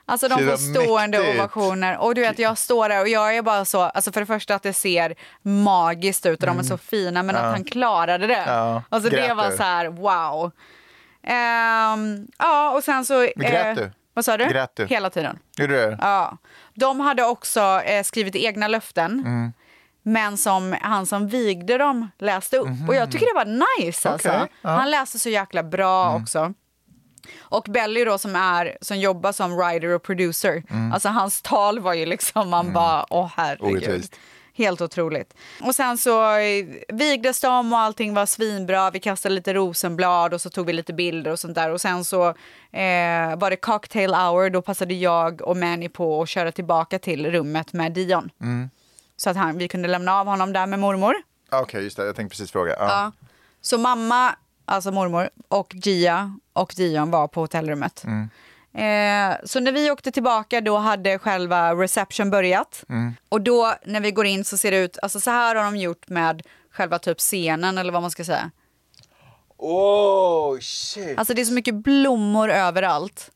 Alltså de
Shit,
får
vad
stående
mäktigt.
ovationer. Och du vet jag står där och jag är bara så, alltså för det första att det ser magiskt ut och de är så fina men
Ja.
att han klarade det.
Ja,
Alltså det
grät
var
du?
så här wow. Ehm, ja och sen så...
Men grät
eh,
du?
Vad sa du?
Grät du?
Hela tiden.
Gjorde du det?
Ja. De hade också eh, skrivit egna löften.
Mm.
Men som han som vigde dem läste upp. Och jag tycker det var nice alltså.
Okej, ja.
Han läste så jäkla bra också. Och Belly då som, är, som jobbar som writer och producer.
Mm.
Alltså hans tal var ju liksom, man bara åh herregud.
Orättvist.
Helt otroligt. Och sen så eh, vigdes de och allting var svinbra. Vi kastade lite rosenblad och så tog vi lite bilder och sånt där. Och sen så eh, var det cocktail hour. Då passade jag och Manny på att köra tillbaka till rummet med Dion.
Mm.
Så att han, vi kunde lämna av honom där med mormor.
Okej, just det. Jag tänkte precis fråga. Ja.
Ja. Så mamma, alltså mormor, och Gia och Dion var på hotellrummet.
Mm.
Eh, så när vi åkte tillbaka då hade själva reception börjat.
Mm.
Och då när vi går in så ser det ut, alltså så här har de gjort med själva typ scenen eller vad man ska säga.
Oh shit.
Alltså det är så mycket blommor överallt.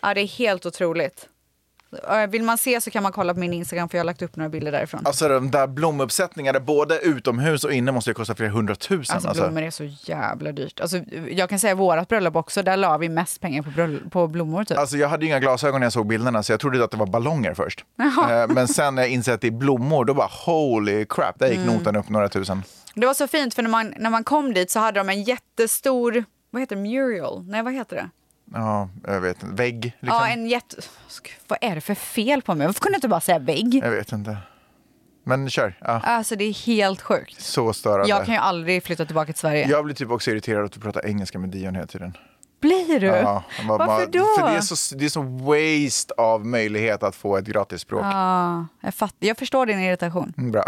Ja, det är helt otroligt. Eh, Vill man se så kan man kolla på min Instagram för jag har lagt upp några bilder därifrån.
Alltså de där blomuppsättningarna, både utomhus och inne, måste ju kosta flera hundratusen.
Alltså, blommor är så jävla dyrt. Alltså, jag kan säga vårat bröllop också, där la vi mest pengar på, bröll- på blommor typ.
Alltså jag hade ju inga glasögon när jag såg bilderna så jag trodde att det var ballonger först. Eh, Men sen när jag insåg att det är blommor, då bara holy crap, där gick
Mm.
notan upp några tusen.
Det var så fint för när man, när man kom dit så hade de en jättestor, vad heter det, mural? Nej vad heter det?
Ja, jag vet inte. Vägg, liksom.
Ja, en jätte... Sk- Vad är det för fel på mig? Varför kunde jag inte bara säga vägg?
Jag vet inte. Men kör. Ja.
Alltså det är helt sjukt.
Så störande.
Jag kan ju aldrig flytta tillbaka till Sverige.
Jag blir typ också irriterad att du pratar engelska med Dion hela tiden.
Blir du?
Ja, man- man-
Varför då?
För det är så, det är så waste av möjlighet att få ett gratis språk.
Ja, jag, fatt, jag förstår din irritation.
Mm, Bra.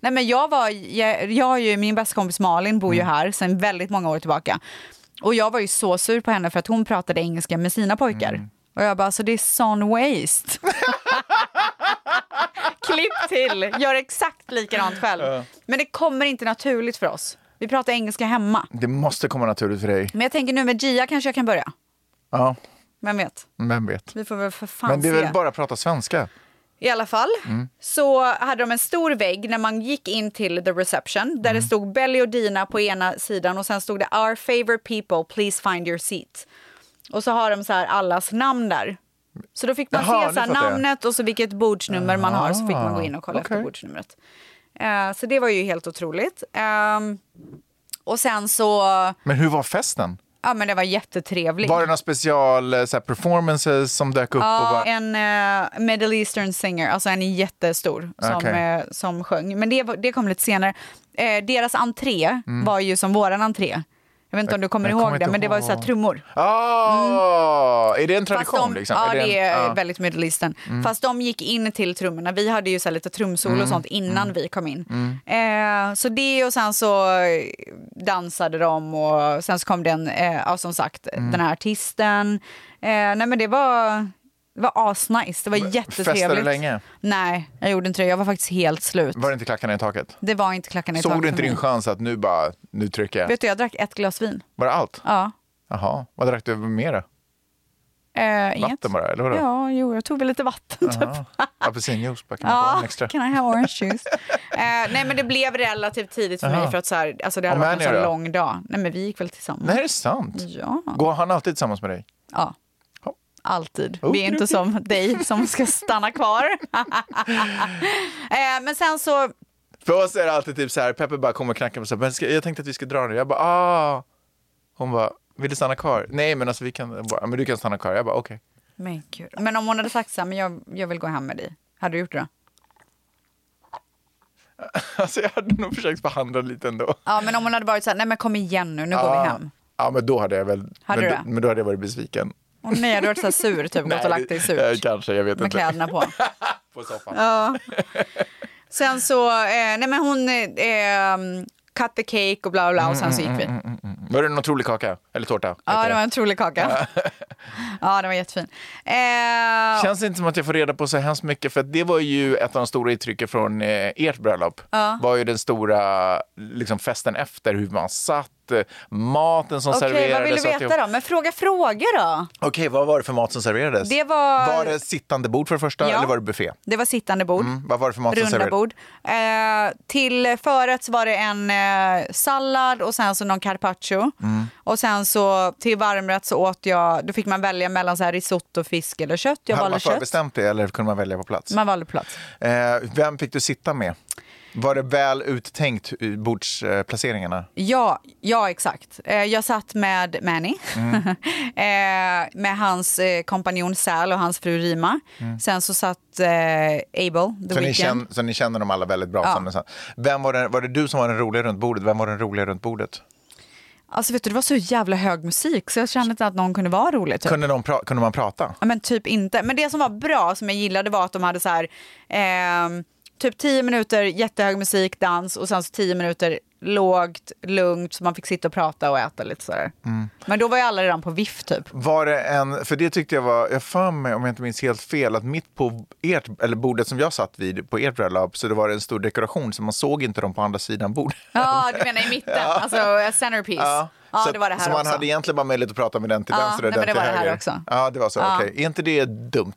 Nej, men jag var, jag, jag har ju, min bästa kompis Malin bor ju
Mm.
här sedan väldigt många år tillbaka. Och jag var ju så sur på henne för att hon pratade engelska med sina pojkar.
Mm.
Och jag bara, alltså det är sån waste. Klipp till, gör exakt likadant själv. Men det kommer inte naturligt för oss. Vi pratar engelska hemma.
Det måste komma naturligt för dig.
Men jag tänker nu med Gia kanske jag kan börja.
Ja,
Vem vet?
vem vet.
Vi får väl för fan
Men det är väl
se.
bara att prata svenska?
I alla fall
Mm.
så hade de en stor vägg när man gick in till the reception
Mm.
där det stod Belly och Dina på ena sidan och sen stod det Our favorite people, please find your seat. Och så har de så här allas namn där. Så då fick man
Jaha,
se så här
nu fattar jag.
namnet och så vilket bordsnummer man har så fick man gå in och kolla
Ah,
efter bordsnumret. Eh, så det var ju helt otroligt. Ehm, och sen så,
Men hur var festen?
ja men det var jättetrevligt.
Var det några special eh, så här, performances som dök upp? och
Ja,
bara...
en eh, Middle Eastern singer, alltså en jättestor som,
Okej.
eh, som sjöng. Men det, var- det kom lite senare. Eh, deras entré
Mm.
var ju som våran entré. Jag vet inte om du kommer
Jag
ihåg
kommer
det,
inte
men det var ju så här
ihåg.
trummor.
Ah, Är det en tradition?
Fast de,
liksom?
Ja,
det
det,
en-
är
ja.
väldigt Middle Eastern.
Mm.
Fast de gick in till trummorna. Vi hade ju så här lite trumsolo
Mm,
och sånt innan
mm.
vi kom in.
Mm.
Eh, så det och sen så eh, dansade de och sen så kom den, eh, ja, som sagt,
Mm.
den här artisten. Eh, nej men det var, det var asnice. Det var jättetrevligt.
Festade du länge?
Nej, jag gjorde inte det. Jag var faktiskt helt slut.
Var det inte klackarna i taket?
Det var inte klackarna i
Såg
taket
du inte
för mig.
din chans att nu bara, nu trycker jag?
Vet du, jag drack ett glas vin.
Var det allt?
Ja.
Jaha, vad drack du mer då?
Eh, inget.
Vatten bara, eller vadå?
Ja, jo, jag tog väl lite vatten typ.
Jaha. Apelsinjuice, bara kan man få en extra?
Can I have orange juice? eh, nej, men det blev relativt tidigt för
Jaha.
mig för att så här, alltså det hade
Och
varit en
Mani
så
då?
lång dag. Nej, men vi gick väl tillsammans.
Nej, är det sant?
Ja.
Går han alltid tillsammans med dig?
Ja. Alltid.
Oh,
vi är inte
okej.
som dig som ska stanna kvar. eh, men sen så...
För oss är det alltid typ så här, Peppe bara kommer och knackar på så här, men ska, jag tänkte att vi ska dra nu. Jag bara, ah. Hon bara, vill du stanna kvar? Nej, men alltså vi kan, jag bara, men du kan stanna kvar. Jag bara, okej.
Men gud. Men om hon hade sagt så här, men jag, jag vill gå hem med dig. Hade du gjort det då?
Alltså jag hade nog försökt förhandla lite ändå. Ah.
Ja, men om hon hade varit så här, nej men kom igen nu, nu går vi hem.
Ja, men då hade jag väl,
Hade
men,
du
då-
det?
men då hade jag varit besviken.
Och nej, hade du varit så här sur typ, gått och lagt dig
eh,
surt
Kanske, jag vet
med
inte.
kläderna på.
På soffan.
Ja. Sen så, eh, nej men hon eh, cut the cake och bla bla bla och sen så gick vi.
Mm, mm, mm, mm. Var det en otrolig kaka? Eller tårta?
Ja,
heter
det var en otrolig kaka. Ja, det var jättefin. Eh,
Känns det inte som att jag får reda på så hemskt mycket? För att det var ju ett av de stora uttrycken från eh, ert bröllop.
Ja.
var ju den stora liksom, festen efter, hur man satt, eh, maten som
Okej,
serverades.
vad vill du
och alltihop.
veta då? Men fråga frågor då.
Okej, vad var det för mat som serverades?
Det var-
var det sittande bord för det första,
Ja.
eller var det buffé?
Det var sittande bord.
Mm, vad var det för mat som
Runda
serverades?
bord. Eh, till förrätt så var det en eh, sallad och sen så någon carpaccio.
Mm.
Och sen så till varmrätt så åt jag, då fick man välja mellan så här risotto, fisk eller kött. Jag
Hade
valde
man
kött.
förbestämt det eller kunde man välja på plats?
Man valde plats.
Eh, vem fick du sitta med? Var det väl uttänkt eh, i bordsplaceringarna?
Ja, ja exakt. Eh, jag satt med Manny,
Mm.
eh, med hans eh, kompanjon Sal och hans fru Rima.
Mm.
Sen så satt eh, Abel,
Så
The
ni,
Weeknd.
känner, så ni känner dem alla väldigt bra?
Ja.
Som sen. Vem var, den, var det du som var den roliga runt bordet? Vem var den roliga runt bordet?
Alltså vet du, det var så jävla hög musik så jag kände inte att någon kunde vara rolig. Typ.
Kunde, de pra- kunde man prata?
Ja, men typ inte. Men det som var bra, som jag gillade, var att de hade så här, ehm, typ 10 minuter jättehög musik, dans och sen så 10 minuter lågt, lugnt, så man fick sitta och prata och äta lite sådär.
Mm.
Men då var ju alla redan på viff typ.
Var det en, för det tyckte jag var, jag för mig om jag inte minns helt fel, att mitt på ert, eller bordet som jag satt vid på ert bröllop så det var en stor dekoration så man såg inte dem på andra sidan bordet.
Ja, du menar i mitten, alltså centerpiece.
Ja.
Ja,
så
det var det här
så man
också.
hade egentligen bara möjlighet att prata med den till
Ja,
vänster och
nej, men
den till
det var det här
höger.
också.
Ja, det var så.
Ja.
Okej. Är inte det dumt?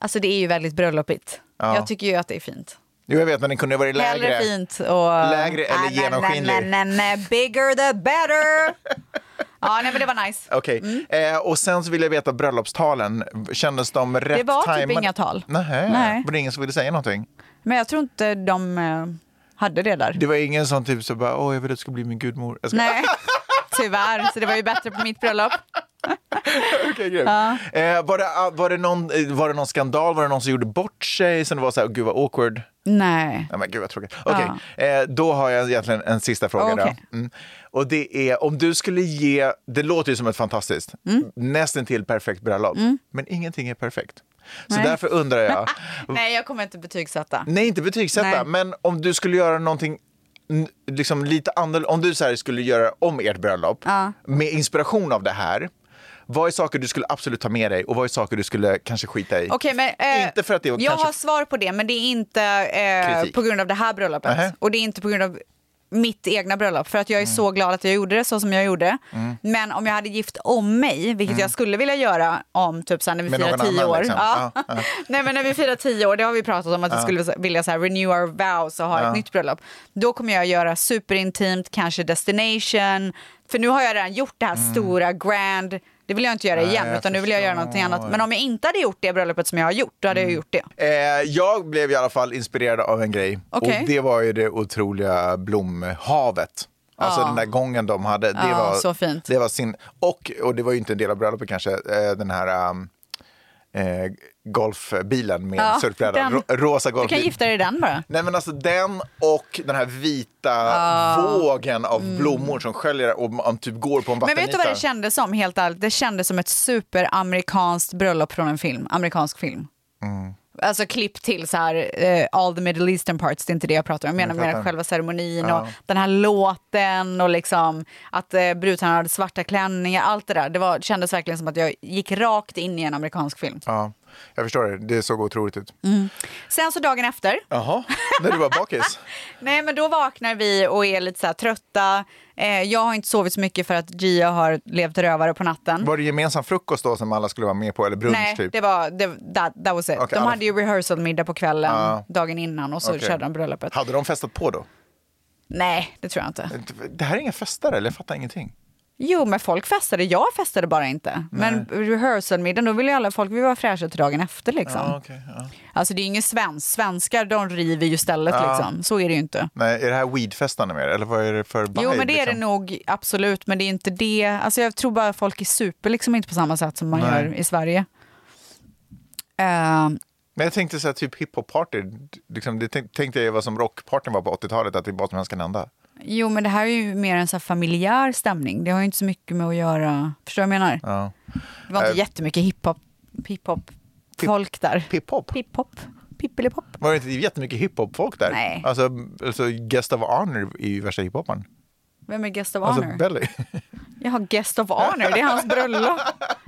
Alltså det är ju väldigt bröllopigt.
Ja.
Jag tycker ju att det är fint.
Jo, jag vet, men den kunde ju varit lägre.
Hellre fint och...
Lägre eller
Nej, nej,
genomskinlig.
Nej, nej, nej, bigger the better! ja, nej, men det var nice.
Okej.
Mm.
Eh, och sen så vill jag veta bröllopstalen. Kändes de rätt
var typ
tajmade?
inga tal.
Nähä.
Nej.
Var det ingen som ville säga någonting?
Men jag tror inte de eh, hade det där.
Det var ingen som typ så bara, åh, jag vill att du ska bli min gudmor. Jag ska...
Nej, tyvärr. Så det var ju bättre på mitt bröllop.
Okej, grymt. eh, var, det, var, det någon, eh, var det någon skandal? Var det någon som gjorde bort sig? Sen det var så här, gud vad awkward.
Nej.
Nej, men gud vad tråkigt. Okej, eh, då har jag egentligen en sista fråga.
Okej.
Då. Mm. Och det är, om du skulle ge, det låter ju som ett fantastiskt,
Mm.
nästan till perfekt bröllop, men ingenting är perfekt. Så
Nej. ah,
därför undrar jag,
Nej, jag kommer inte betygsätta.
nej inte betygsätta,
Nej.
men om du skulle göra någonting n- liksom lite annorlunda, om du så här skulle göra om ert bröllop
Ja.
med inspiration av det här, vad är saker du skulle absolut ta med dig och vad är saker du skulle kanske skita i?
Okej, men, eh,
Inte för att det
jag
var kanske-
har svar på det, men det är inte eh,
Kritik.
på grund av det här bröllopet.
Nähä.
Och det är inte på grund av mitt egna bröllop, för att jag är så glad att jag gjorde det så som jag gjorde.
Mm.
Men om jag hade gift om mig, vilket
Mm.
jag skulle vilja göra om typ så här, när vi
Med
firar
någon
tio
annan,
år.
liksom.
Ja.
Ja, ja.
Nej, men när vi firar tio år, det har vi pratat om att vi
Ja.
skulle vilja så här, renew our vows och ha
Ja.
ett nytt bröllop. Då kommer jag göra superintimt, kanske destination. För nu har jag redan gjort det här
Mm.
stora, grand. Det vill jag inte göra
Nej,
igen,
jag
utan nu vill jag göra någonting annat. Men om jag inte hade gjort det bröllopet som jag har gjort, då hade jag gjort det.
Eh, jag blev i alla fall inspirerad av en grej.
Okej.
Och det var ju det otroliga blomhavet. Alltså
Ja.
den där gången de hade. Det
Ja,
var,
så fint.
Det var sin, och, och det var ju inte en del av bröllopet kanske, eh, den här um, eh, golfbilen med
Ja,
surfbräda.
den.
Ro, rosa
Du kan
golfbil.
gifta dig i den bara.
Nej men alltså den och den här vita
Ah.
vågen av blommor som sköljer och man typ går på en
Men
vattenyta.
vet du vad det kändes som? Helt ärligt, det kändes som ett superamerikanskt bröllop från en film. Amerikansk film.
Mm.
Alltså klipp till så här, eh, all the middle eastern parts, det är inte det jag pratar om. Jag
Jag
menar mer
Mm, fattar.
själva ceremonin
Ja.
och den här låten och liksom att eh, brudtärnan hade svarta klänningar, allt det där. Det var, kändes verkligen som att jag gick rakt in i en amerikansk film.
Ja, jag förstår det. Det såg otroligt ut.
Mm. Sen så dagen efter,
Jaha, när du var bakis?
Nej, men då vaknar vi och är lite så här trötta. Eh, jag har inte sovit så mycket för att Gia har levt rövare på natten.
Var det gemensam frukost då som alla skulle vara med på eller brunch
Nej,
typ?
det var, det, that, that was it.
Okej,
de
alla-
hade ju rehearsal-middag på kvällen
Ja.
dagen innan och så
Okej.
körde de bröllopet.
Hade de festat på då?
Nej, det tror jag inte.
Det här är inga fester eller? Jag fattar ingenting.
Jo, men folk festade. Jag festade bara inte. Men rehearsal-middagen, då ville ju alla folk vi var fräscha till dagen efter liksom.
Ja, okej, ja.
Alltså det är ju inget svenskt. Svenskar, de river ju stället
Ja.
liksom. Så är det ju inte.
Nej, är det här weedfestande mer eller vad är det för liksom?
Jo, men det är det nog absolut, men det är inte det. Alltså jag tror bara folk är super liksom inte på samma sätt som man
Nej.
gör i Sverige. Ehm,
Men jag tänkte så här, typ hiphop-party, liksom, det tänk- tänkte jag var som rockpartyn var på 80-talet, att det är vad som helst kan hända.
jo, men det här är ju mer en så här familjär stämning. Det har ju inte så mycket med att göra. Förstår du vad jag menar?
Ja.
Det var inte
Eh.
jättemycket hiphop, hiphop folk där.
Hiphop?
Hiphop. Pippelipop.
Var det inte jättemycket hiphop-folk där?
Nej.
Alltså, alltså Guest of Honor är ju värsta hiphoparen.
Vem är Guest of
Alltså
Honor?
Belly.
Jag har Guest of Honor, det är hans bröllop.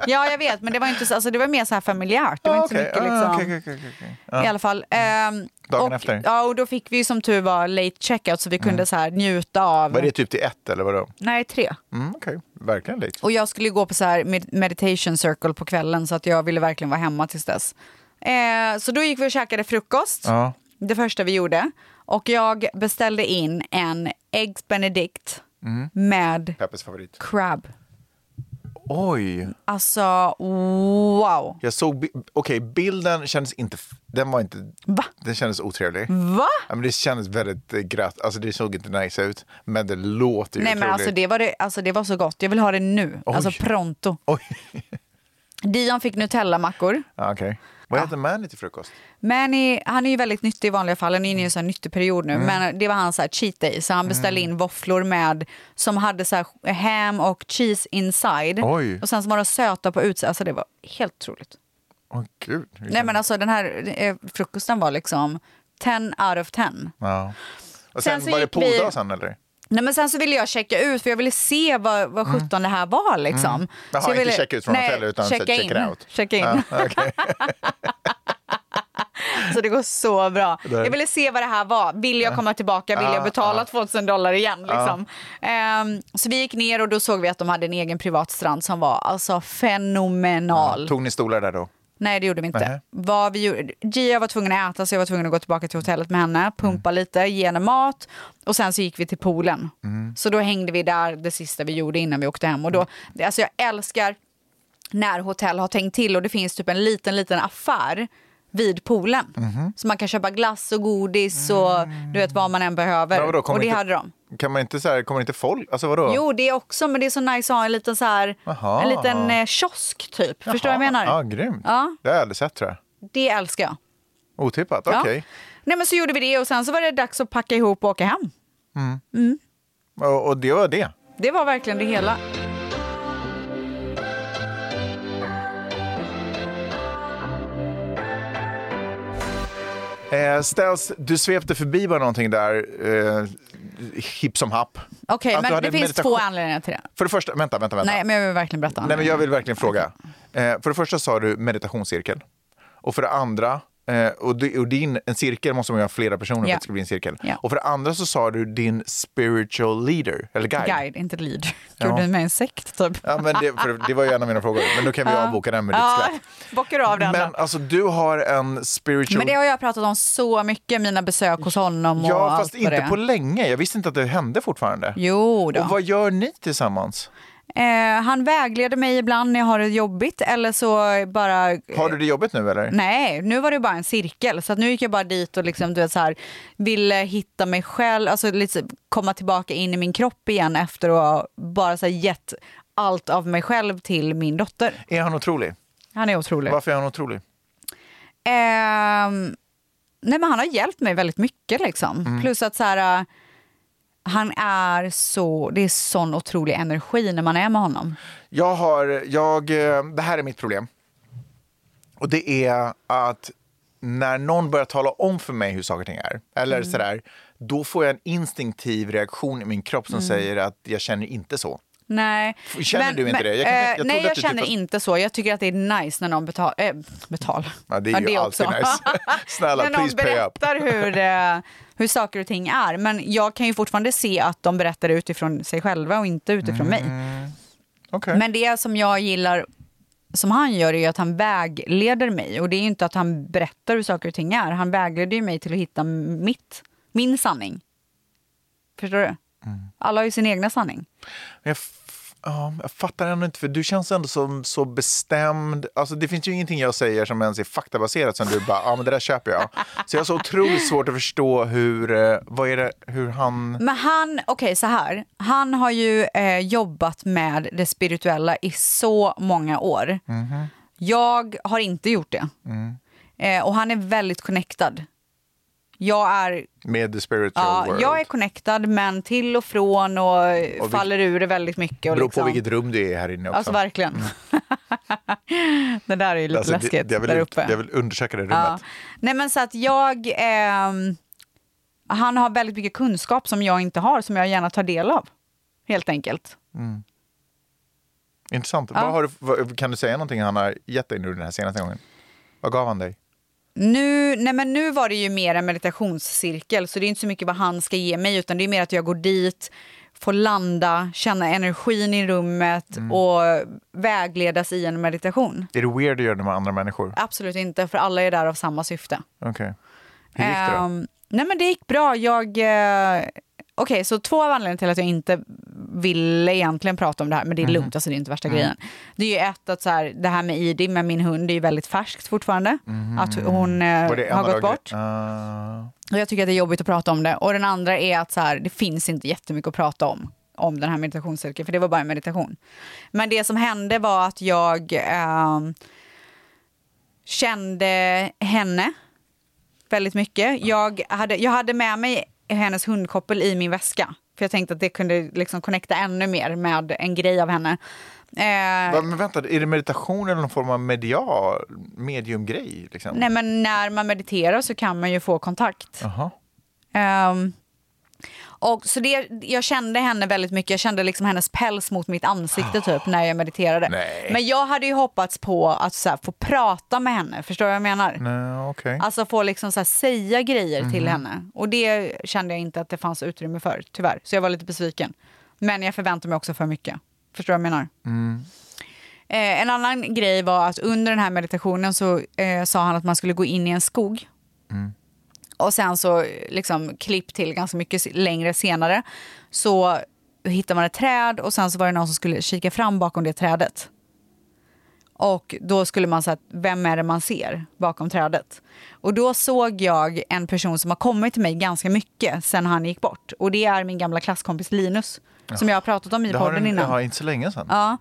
Ja, jag vet, men det var, inte så, alltså, det var mer så här familjärt. Det var inte så mycket liksom...
ah, okej, okej, okej, okej. Ja. Mm.
i alla fall. Ehm,
Dagen
och,
efter.
Ja, och då fick vi ju som tur var late checkout så vi kunde så här njuta av...
Var det typ till ett eller vadå?
Nej, tre.
Mm, Okej, verkligen lite.
Och jag skulle ju gå på så här med- meditation circle på kvällen så att jag ville verkligen vara hemma tills dess. Eh, så då gick vi och käkade frukost,
Ja.
det första vi gjorde. Och jag beställde in en Eggs Benedict
Mm.
med
Peppes favorit.
crab.
Oj!
Alltså, wow!
Jag såg, bi- okej bilden kändes inte, f- den var inte, den kändes otrevlig.
Va?
Ja, men det kändes väldigt eh, gröt, alltså det såg inte nice ut, men det låter ju
Nej men
otroligt.
alltså det, var det, alltså det var så gott, jag vill ha det nu.
Oj.
Alltså pronto. Dion fick Nutella-mackor.
Ja, okej. Vad äter Mani till frukost?
Men i, han är ju väldigt nyttig i vanliga fall, han är inne i en sån här nyttig-period nu. Men det var hans så här cheat day, så han beställde in våfflor med, som hade så här ham och cheese inside.
Oj.
Och sen så var de söta på utsidan, alltså det var helt otroligt.
Åh gud.
Nej men alltså den här eh, frukosten var liksom 10 out of 10.
Ja. Och sen,
Sen så
var det
gick vi-
Polda sen eller?
Nej, men sen så ville jag checka ut för jag ville se vad, vad sjutton det här var. Liksom.
Mm. Jaha,
så jag
inte
ville,
checka ut från hotellet, utan
checka
checka
in.
out.
Checka in.
Ja, okej.
Så det går så bra.
Där.
Jag ville se vad det här var. Vill jag komma tillbaka? Vill jag
Ah,
betala
ah.
2000 dollar igen? Liksom? Ehm, så vi gick ner och då såg vi att de hade en egen privat strand som var alltså fenomenal.
Tog ni stolar där då?
Nej, det gjorde vi
Nähä.
inte. Vad vi gjorde, Gia var tvungen att äta så jag var tvungen att gå tillbaka till hotellet med henne,
Mm.
pumpa lite, ge henne mat och sen så gick vi till poolen.
Mm.
Så då hängde vi där det sista vi gjorde innan vi åkte hem. Och då,
Mm.
alltså jag älskar när hotell har tänkt till och det finns typ en liten, liten affär vid poolen.
Mhm.
Så man kan köpa glass och godis och du vet vad man än behöver.
Men vadå, kommer
och det
inte-
hade de.
Kan man inte så här, kommer inte folk? Alltså vadå?
Jo, det också, men det är så nice att ha en liten, så här,
Jaha.
en liten eh, kiosk typ. Förstår du vad jag menar?
Ja, grymt.
Ja.
Det har jag aldrig sett tror jag.
Det älskar jag.
Otippat,
Ja.
okej.
Nej men så gjorde vi det och sen så var det dags att packa ihop och åka hem.
Mm.
Mm.
Och, och det var det.
Det var verkligen det hela.
Eh, Ställs, du svepte förbi bara någonting där, eh, hipp som happ.
Okej,
Att Alltså, du
men
hade
det finns
meditation-
två anledningar till det.
För det första, vänta, vänta, vänta.
Nej, men jag vill verkligen berätta.
Nej, men jag vill verkligen fråga. Eh, för det första sa du meditationscirkel. Och för det andra, eh, och, du, och din, en cirkel måste man ju ha flera personer för
Ja.
att det ska bli en cirkel.
Ja.
Och för det andra så sa du din spiritual leader, eller guide.
guide. inte lead.
Ja.
Gjorde du med en sekt typ?
Ja, men det, för det var ju en av mina frågor, men då kan vi
Ja.
avboka den med ditt
Ja,
skratt.
bockar av den
Men
men,
alltså du har en spiritual...
men det har jag pratat om så mycket, mina besök hos honom och
ja,
allt
fast
vad
inte
det. är.
på länge. Jag visste inte att det hände fortfarande.
Jo då.
Och vad gör ni tillsammans?
eh, han vägleder mig ibland när jag har det jobbigt eller så bara
Har du det jobbigt nu eller?
Nej, nu var det bara en cirkel. Så att nu gick jag bara dit och liksom, du vet, så här, ville hitta mig själv, alltså lite, komma tillbaka in i min kropp igen efter att ha bara så här, gett allt av mig själv till min dotter.
Är han otrolig?
Han är otrolig.
Varför är han otrolig?
Ehm, nej, men han har hjälpt mig väldigt mycket. Liksom.
Mm.
Plus att så här, äh, han är så, det är sån otrolig energi när man är med honom.
Jag har, jag, eh, det här är mitt problem. Och det är att när någon börjar tala om för mig hur saker och ting är, eller
Mm.
sådär, då får jag en instinktiv reaktion i min kropp som
Mm.
säger att jag känner inte så.
Nej.
F- känner du inte det? Jag kan- jag
eh,
trodde
nej,
att
jag
du
känner
typ-
inte så. Jag tycker att det är nice när någon betalar. Eh, betalar.
Ja, det är
Ja,
ju
det
alltid
också.
nice. Snälla,
när någon
please pay up.
berättar hur, eh, hur saker och ting är. Men jag kan ju fortfarande se att de berättar det utifrån sig själva och inte utifrån
Mm.
mig.
Okej.
Men det som jag gillar som han gör är ju att han vägleder mig. Och det är ju inte att han berättar hur saker och ting är. Han vägleder ju mig till att hitta mitt, min sanning. Förstår du?
Mm.
Alla har ju sin egna sanning.
Men jag, f- ja, jag fattar ändå inte, för du känns ändå som, så bestämd. Alltså, det finns ju ingenting jag säger som ens är faktabaserat som du bara, ja men det där köper jag. Så jag har så otroligt svårt att förstå hur, eh, vad är det, hur han...
Men han, okej så här, han har ju eh, jobbat med det spirituella i så många år.
Mhm.
Jag har inte gjort det.
Mm.
Eh, och han är väldigt connectad. Jag är,
Med the spiritual
ja,
world.
jag är connectad men till och från och, eh,
vil-
faller ur det väldigt mycket.
Det
Och
beror
liksom.
på vilket rum du är här inne också.
Alltså verkligen. det där är ju lite
Alltså, det-
läskigt
jag, vill,
där
ut-
uppe.
jag vill undersöka det rummet.
Ja. Nej men så att jag, ehm, han har väldigt mycket kunskap som jag inte har som jag gärna tar del av. Helt enkelt.
Mm. Intressant.
Ja.
Vad har du, vad, kan du säga någonting han har gett dig nu den här senaste gången? Vad gav han dig?
Nu, nej men nu var det ju mer en meditationscirkel så det är inte så mycket vad han ska ge mig utan det är mer att jag går dit, får landa, känna energin i rummet och vägledas i en meditation.
Är det weird att göra det med andra människor?
Absolut inte, för alla är där av samma syfte.
Okej. Hur gick det då?
Ehm, nej men det gick bra. Jag... Eh, Okej, så två av anledningarna till att jag inte ville egentligen prata om det här, men det är
Mhm.
lugnt, alltså det är inte värsta
Mm.
grejen. Det är ju ett att så här, det här med ID med min hund, det är ju väldigt färskt fortfarande. Att hon eh,
Mhm. Var det en
har
av
gått
de-
bort.
Ah.
Och jag tycker att det är jobbigt att prata om det. Och den andra är att så här, det finns inte jättemycket att prata om, om den här meditationscirkeln, för det var bara en meditation. Men det som hände var att jag ehm, kände henne väldigt mycket. Jag hade, jag hade med mig hennes hundkoppel i min väska, för jag tänkte att det kunde liksom connecta ännu mer med en grej av henne. Eh,
Va, men vänta, är det meditation eller någon form av medial, mediumgrej? Liksom?
Nej, men när man mediterar så kan man ju få kontakt.
Jaha.
Ehm, Och, så det, jag kände henne väldigt mycket, jag kände liksom hennes päls mot mitt ansikte typ när jag mediterade.
Ah. Nej.
Men jag hade ju hoppats på att så här, få prata med henne, förstår du vad jag menar?
Mm. Nej, okej.
Alltså få liksom så här, säga grejer till
Mhm.
henne. Och det kände jag inte att det fanns utrymme för, tyvärr. Så jag var lite besviken. Men jag förväntade mig också för mycket. Förstår du vad jag menar?
Mm.
Eh, en annan grej var att under den här meditationen så eh, sa han att man skulle gå in i en skog.
Mm.
Och sen så liksom klipp till ganska mycket s- längre senare så hittar man ett träd och sen så var det någon som skulle kika fram bakom det trädet. Och då skulle man säga, vem är det man ser bakom trädet? Och då såg jag en person som har kommit till mig ganska mycket sen han gick bort. Och det är min gamla klasskompis Linus, som jag har pratat om i
Det har
podden
en-
innan.
Ja, inte så länge sedan.
Ja.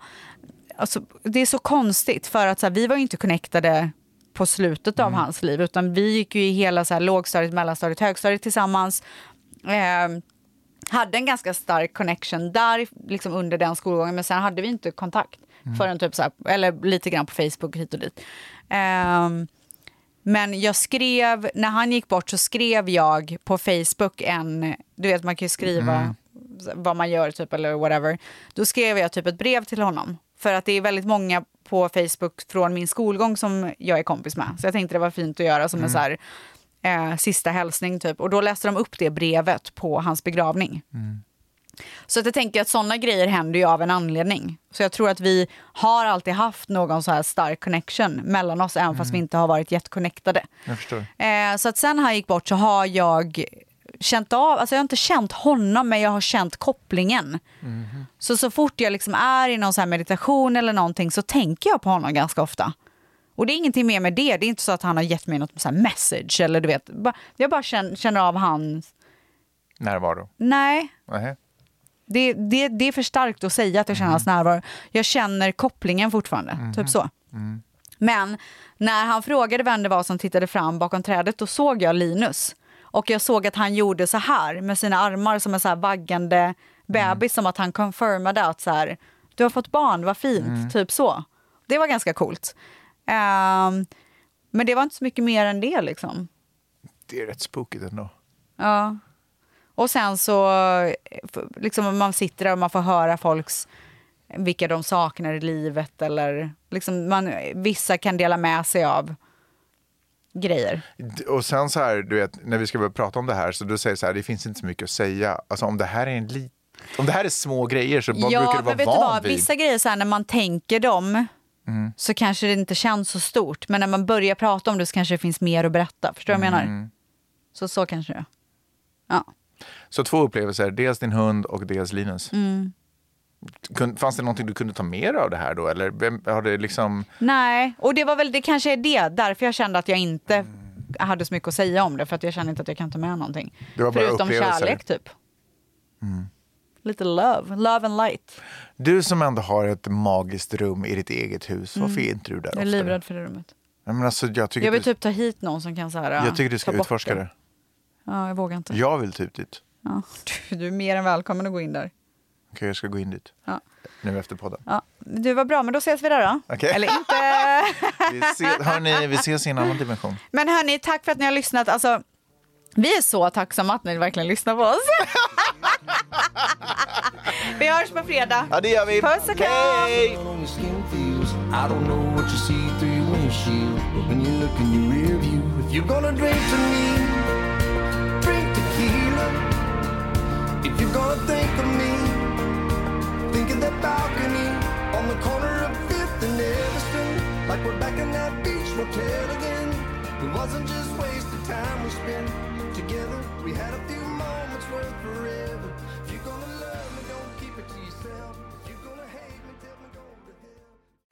Alltså, det är så konstigt för att så här, vi var ju inte connectade på slutet av hans liv utan vi gick ju i hela så här, lågstadiet, mellanstadiet, högstadiet tillsammans. Eh, hade en ganska stark connection där liksom under den skolgången men sen hade vi inte kontakt
Mm.
förrän typ så här, eller lite grann på Facebook hit och dit. Ehm, men jag skrev, när han gick bort så skrev jag på Facebook en, du vet man kan ju skriva
Mm.
vad man gör typ eller whatever. Då skrev jag typ ett brev till honom. För att det är väldigt många på Facebook från min skolgång som jag är kompis med. Så jag tänkte det var fint att göra som en
Mm.
så här, eh, sista hälsning typ. Och då läste de upp det brevet på hans begravning.
Mm.
Så att jag tänker att sådana grejer händer ju av en anledning. Så jag tror att vi har alltid haft någon så här stark connection mellan oss, även
Mm.
fast vi inte har varit jätteconnectade.
Jag förstår.
Eh, så att sen han gick bort så har jag känt av, alltså jag har inte känt honom men jag har känt kopplingen. Så så fort jag liksom är i någon så här meditation eller någonting så tänker jag på honom ganska ofta. Och det är ingenting mer med det, det är inte så att han har gett mig något så här message eller du vet. Ba- Jag bara känner, känner av hans,
Närvaro.
nej,
Nähä.
det, det, det är för starkt att säga att jag känner hans närvaro. Jag känner kopplingen fortfarande, typ så.
Mm.
Men när han frågade vem det var som tittade fram bakom trädet, då såg jag Linus. Och jag såg att han gjorde så här med sina armar som en så här vaggande bebis,
Mm.
som att han confirmade att så här, du har fått barn, vad fint,
Mm.
typ så. Det var ganska coolt. Ehm, men det var inte så mycket mer än det liksom.
Det är rätt spookigt ändå.
Ja. Och sen så, eh, f- liksom man sitter där och man får höra folks, vilka de saknar i livet eller liksom man, vissa kan dela med sig av grejer.
D- Och sen så här, du vet, när vi ska börja prata om det här, så du säger så här, det finns inte så mycket att säga. Alltså om det här är en li... Om det här är små grejer så bara brukar du vara
men vet
van
du vad?
vid.
Vissa grejer så här, när man tänker dem
Mm.
så kanske det inte känns så stort. Men när man börjar prata om det så kanske det finns mer att berätta. Förstår du vad jag menar?
Mm.
Så så kanske det är.
Så två upplevelser, dels din hund och dels Linus.
Mm.
Kun- Fanns det någonting du kunde ta med dig av det här då? Eller vem, har det liksom...
Nej, och det var väl det kanske är det därför jag kände att jag inte hade så mycket att säga om det för att jag kände inte att jag kan ta med någonting.
Det var bara
Förutom
upplevelser.
kärlek typ.
Mm.
Lite love, love and light.
Du som ändå har ett magiskt rum i ditt eget hus, varför
Mm.
är inte du där
Jag är
oftare?
livrädd för det rummet.
Nej, men alltså, jag, tycker
Jag vill
du,
typ ta hit någon som kan så här,
jag tycker du ska
ta bort
utforska det.
Ja, jag vågar inte.
Jag vill typ dit.
Ja. Du, du är mer än välkommen att gå in där.
Okej, jag ska gå in dit
Ja.
nu efter podden.
Ja. Du, var bra, men då ses vi där då.
Okej.
Eller inte.
Vi, se, hörni, vi ses i en annan dimension.
Men hörni, tack för att ni har lyssnat. Alltså, vi är så tacksamma att ni verkligen lyssnar på oss. vi hörs på fredag.
Ja, det gör vi.
Puss och kram!
On your skin feels. I don't know what you see through your windshield, but when you look in your rear view, if you're gonna drink to me, drink tequila. If you're gonna think of me, think of that balcony on the corner of Fifth and Everson, like we're back in that beach motel again. It wasn't just wasted time we spent together. We had a few moments worth forever. If you're gonna love me, don't keep it to yourself. If you're gonna hate me, tell me go.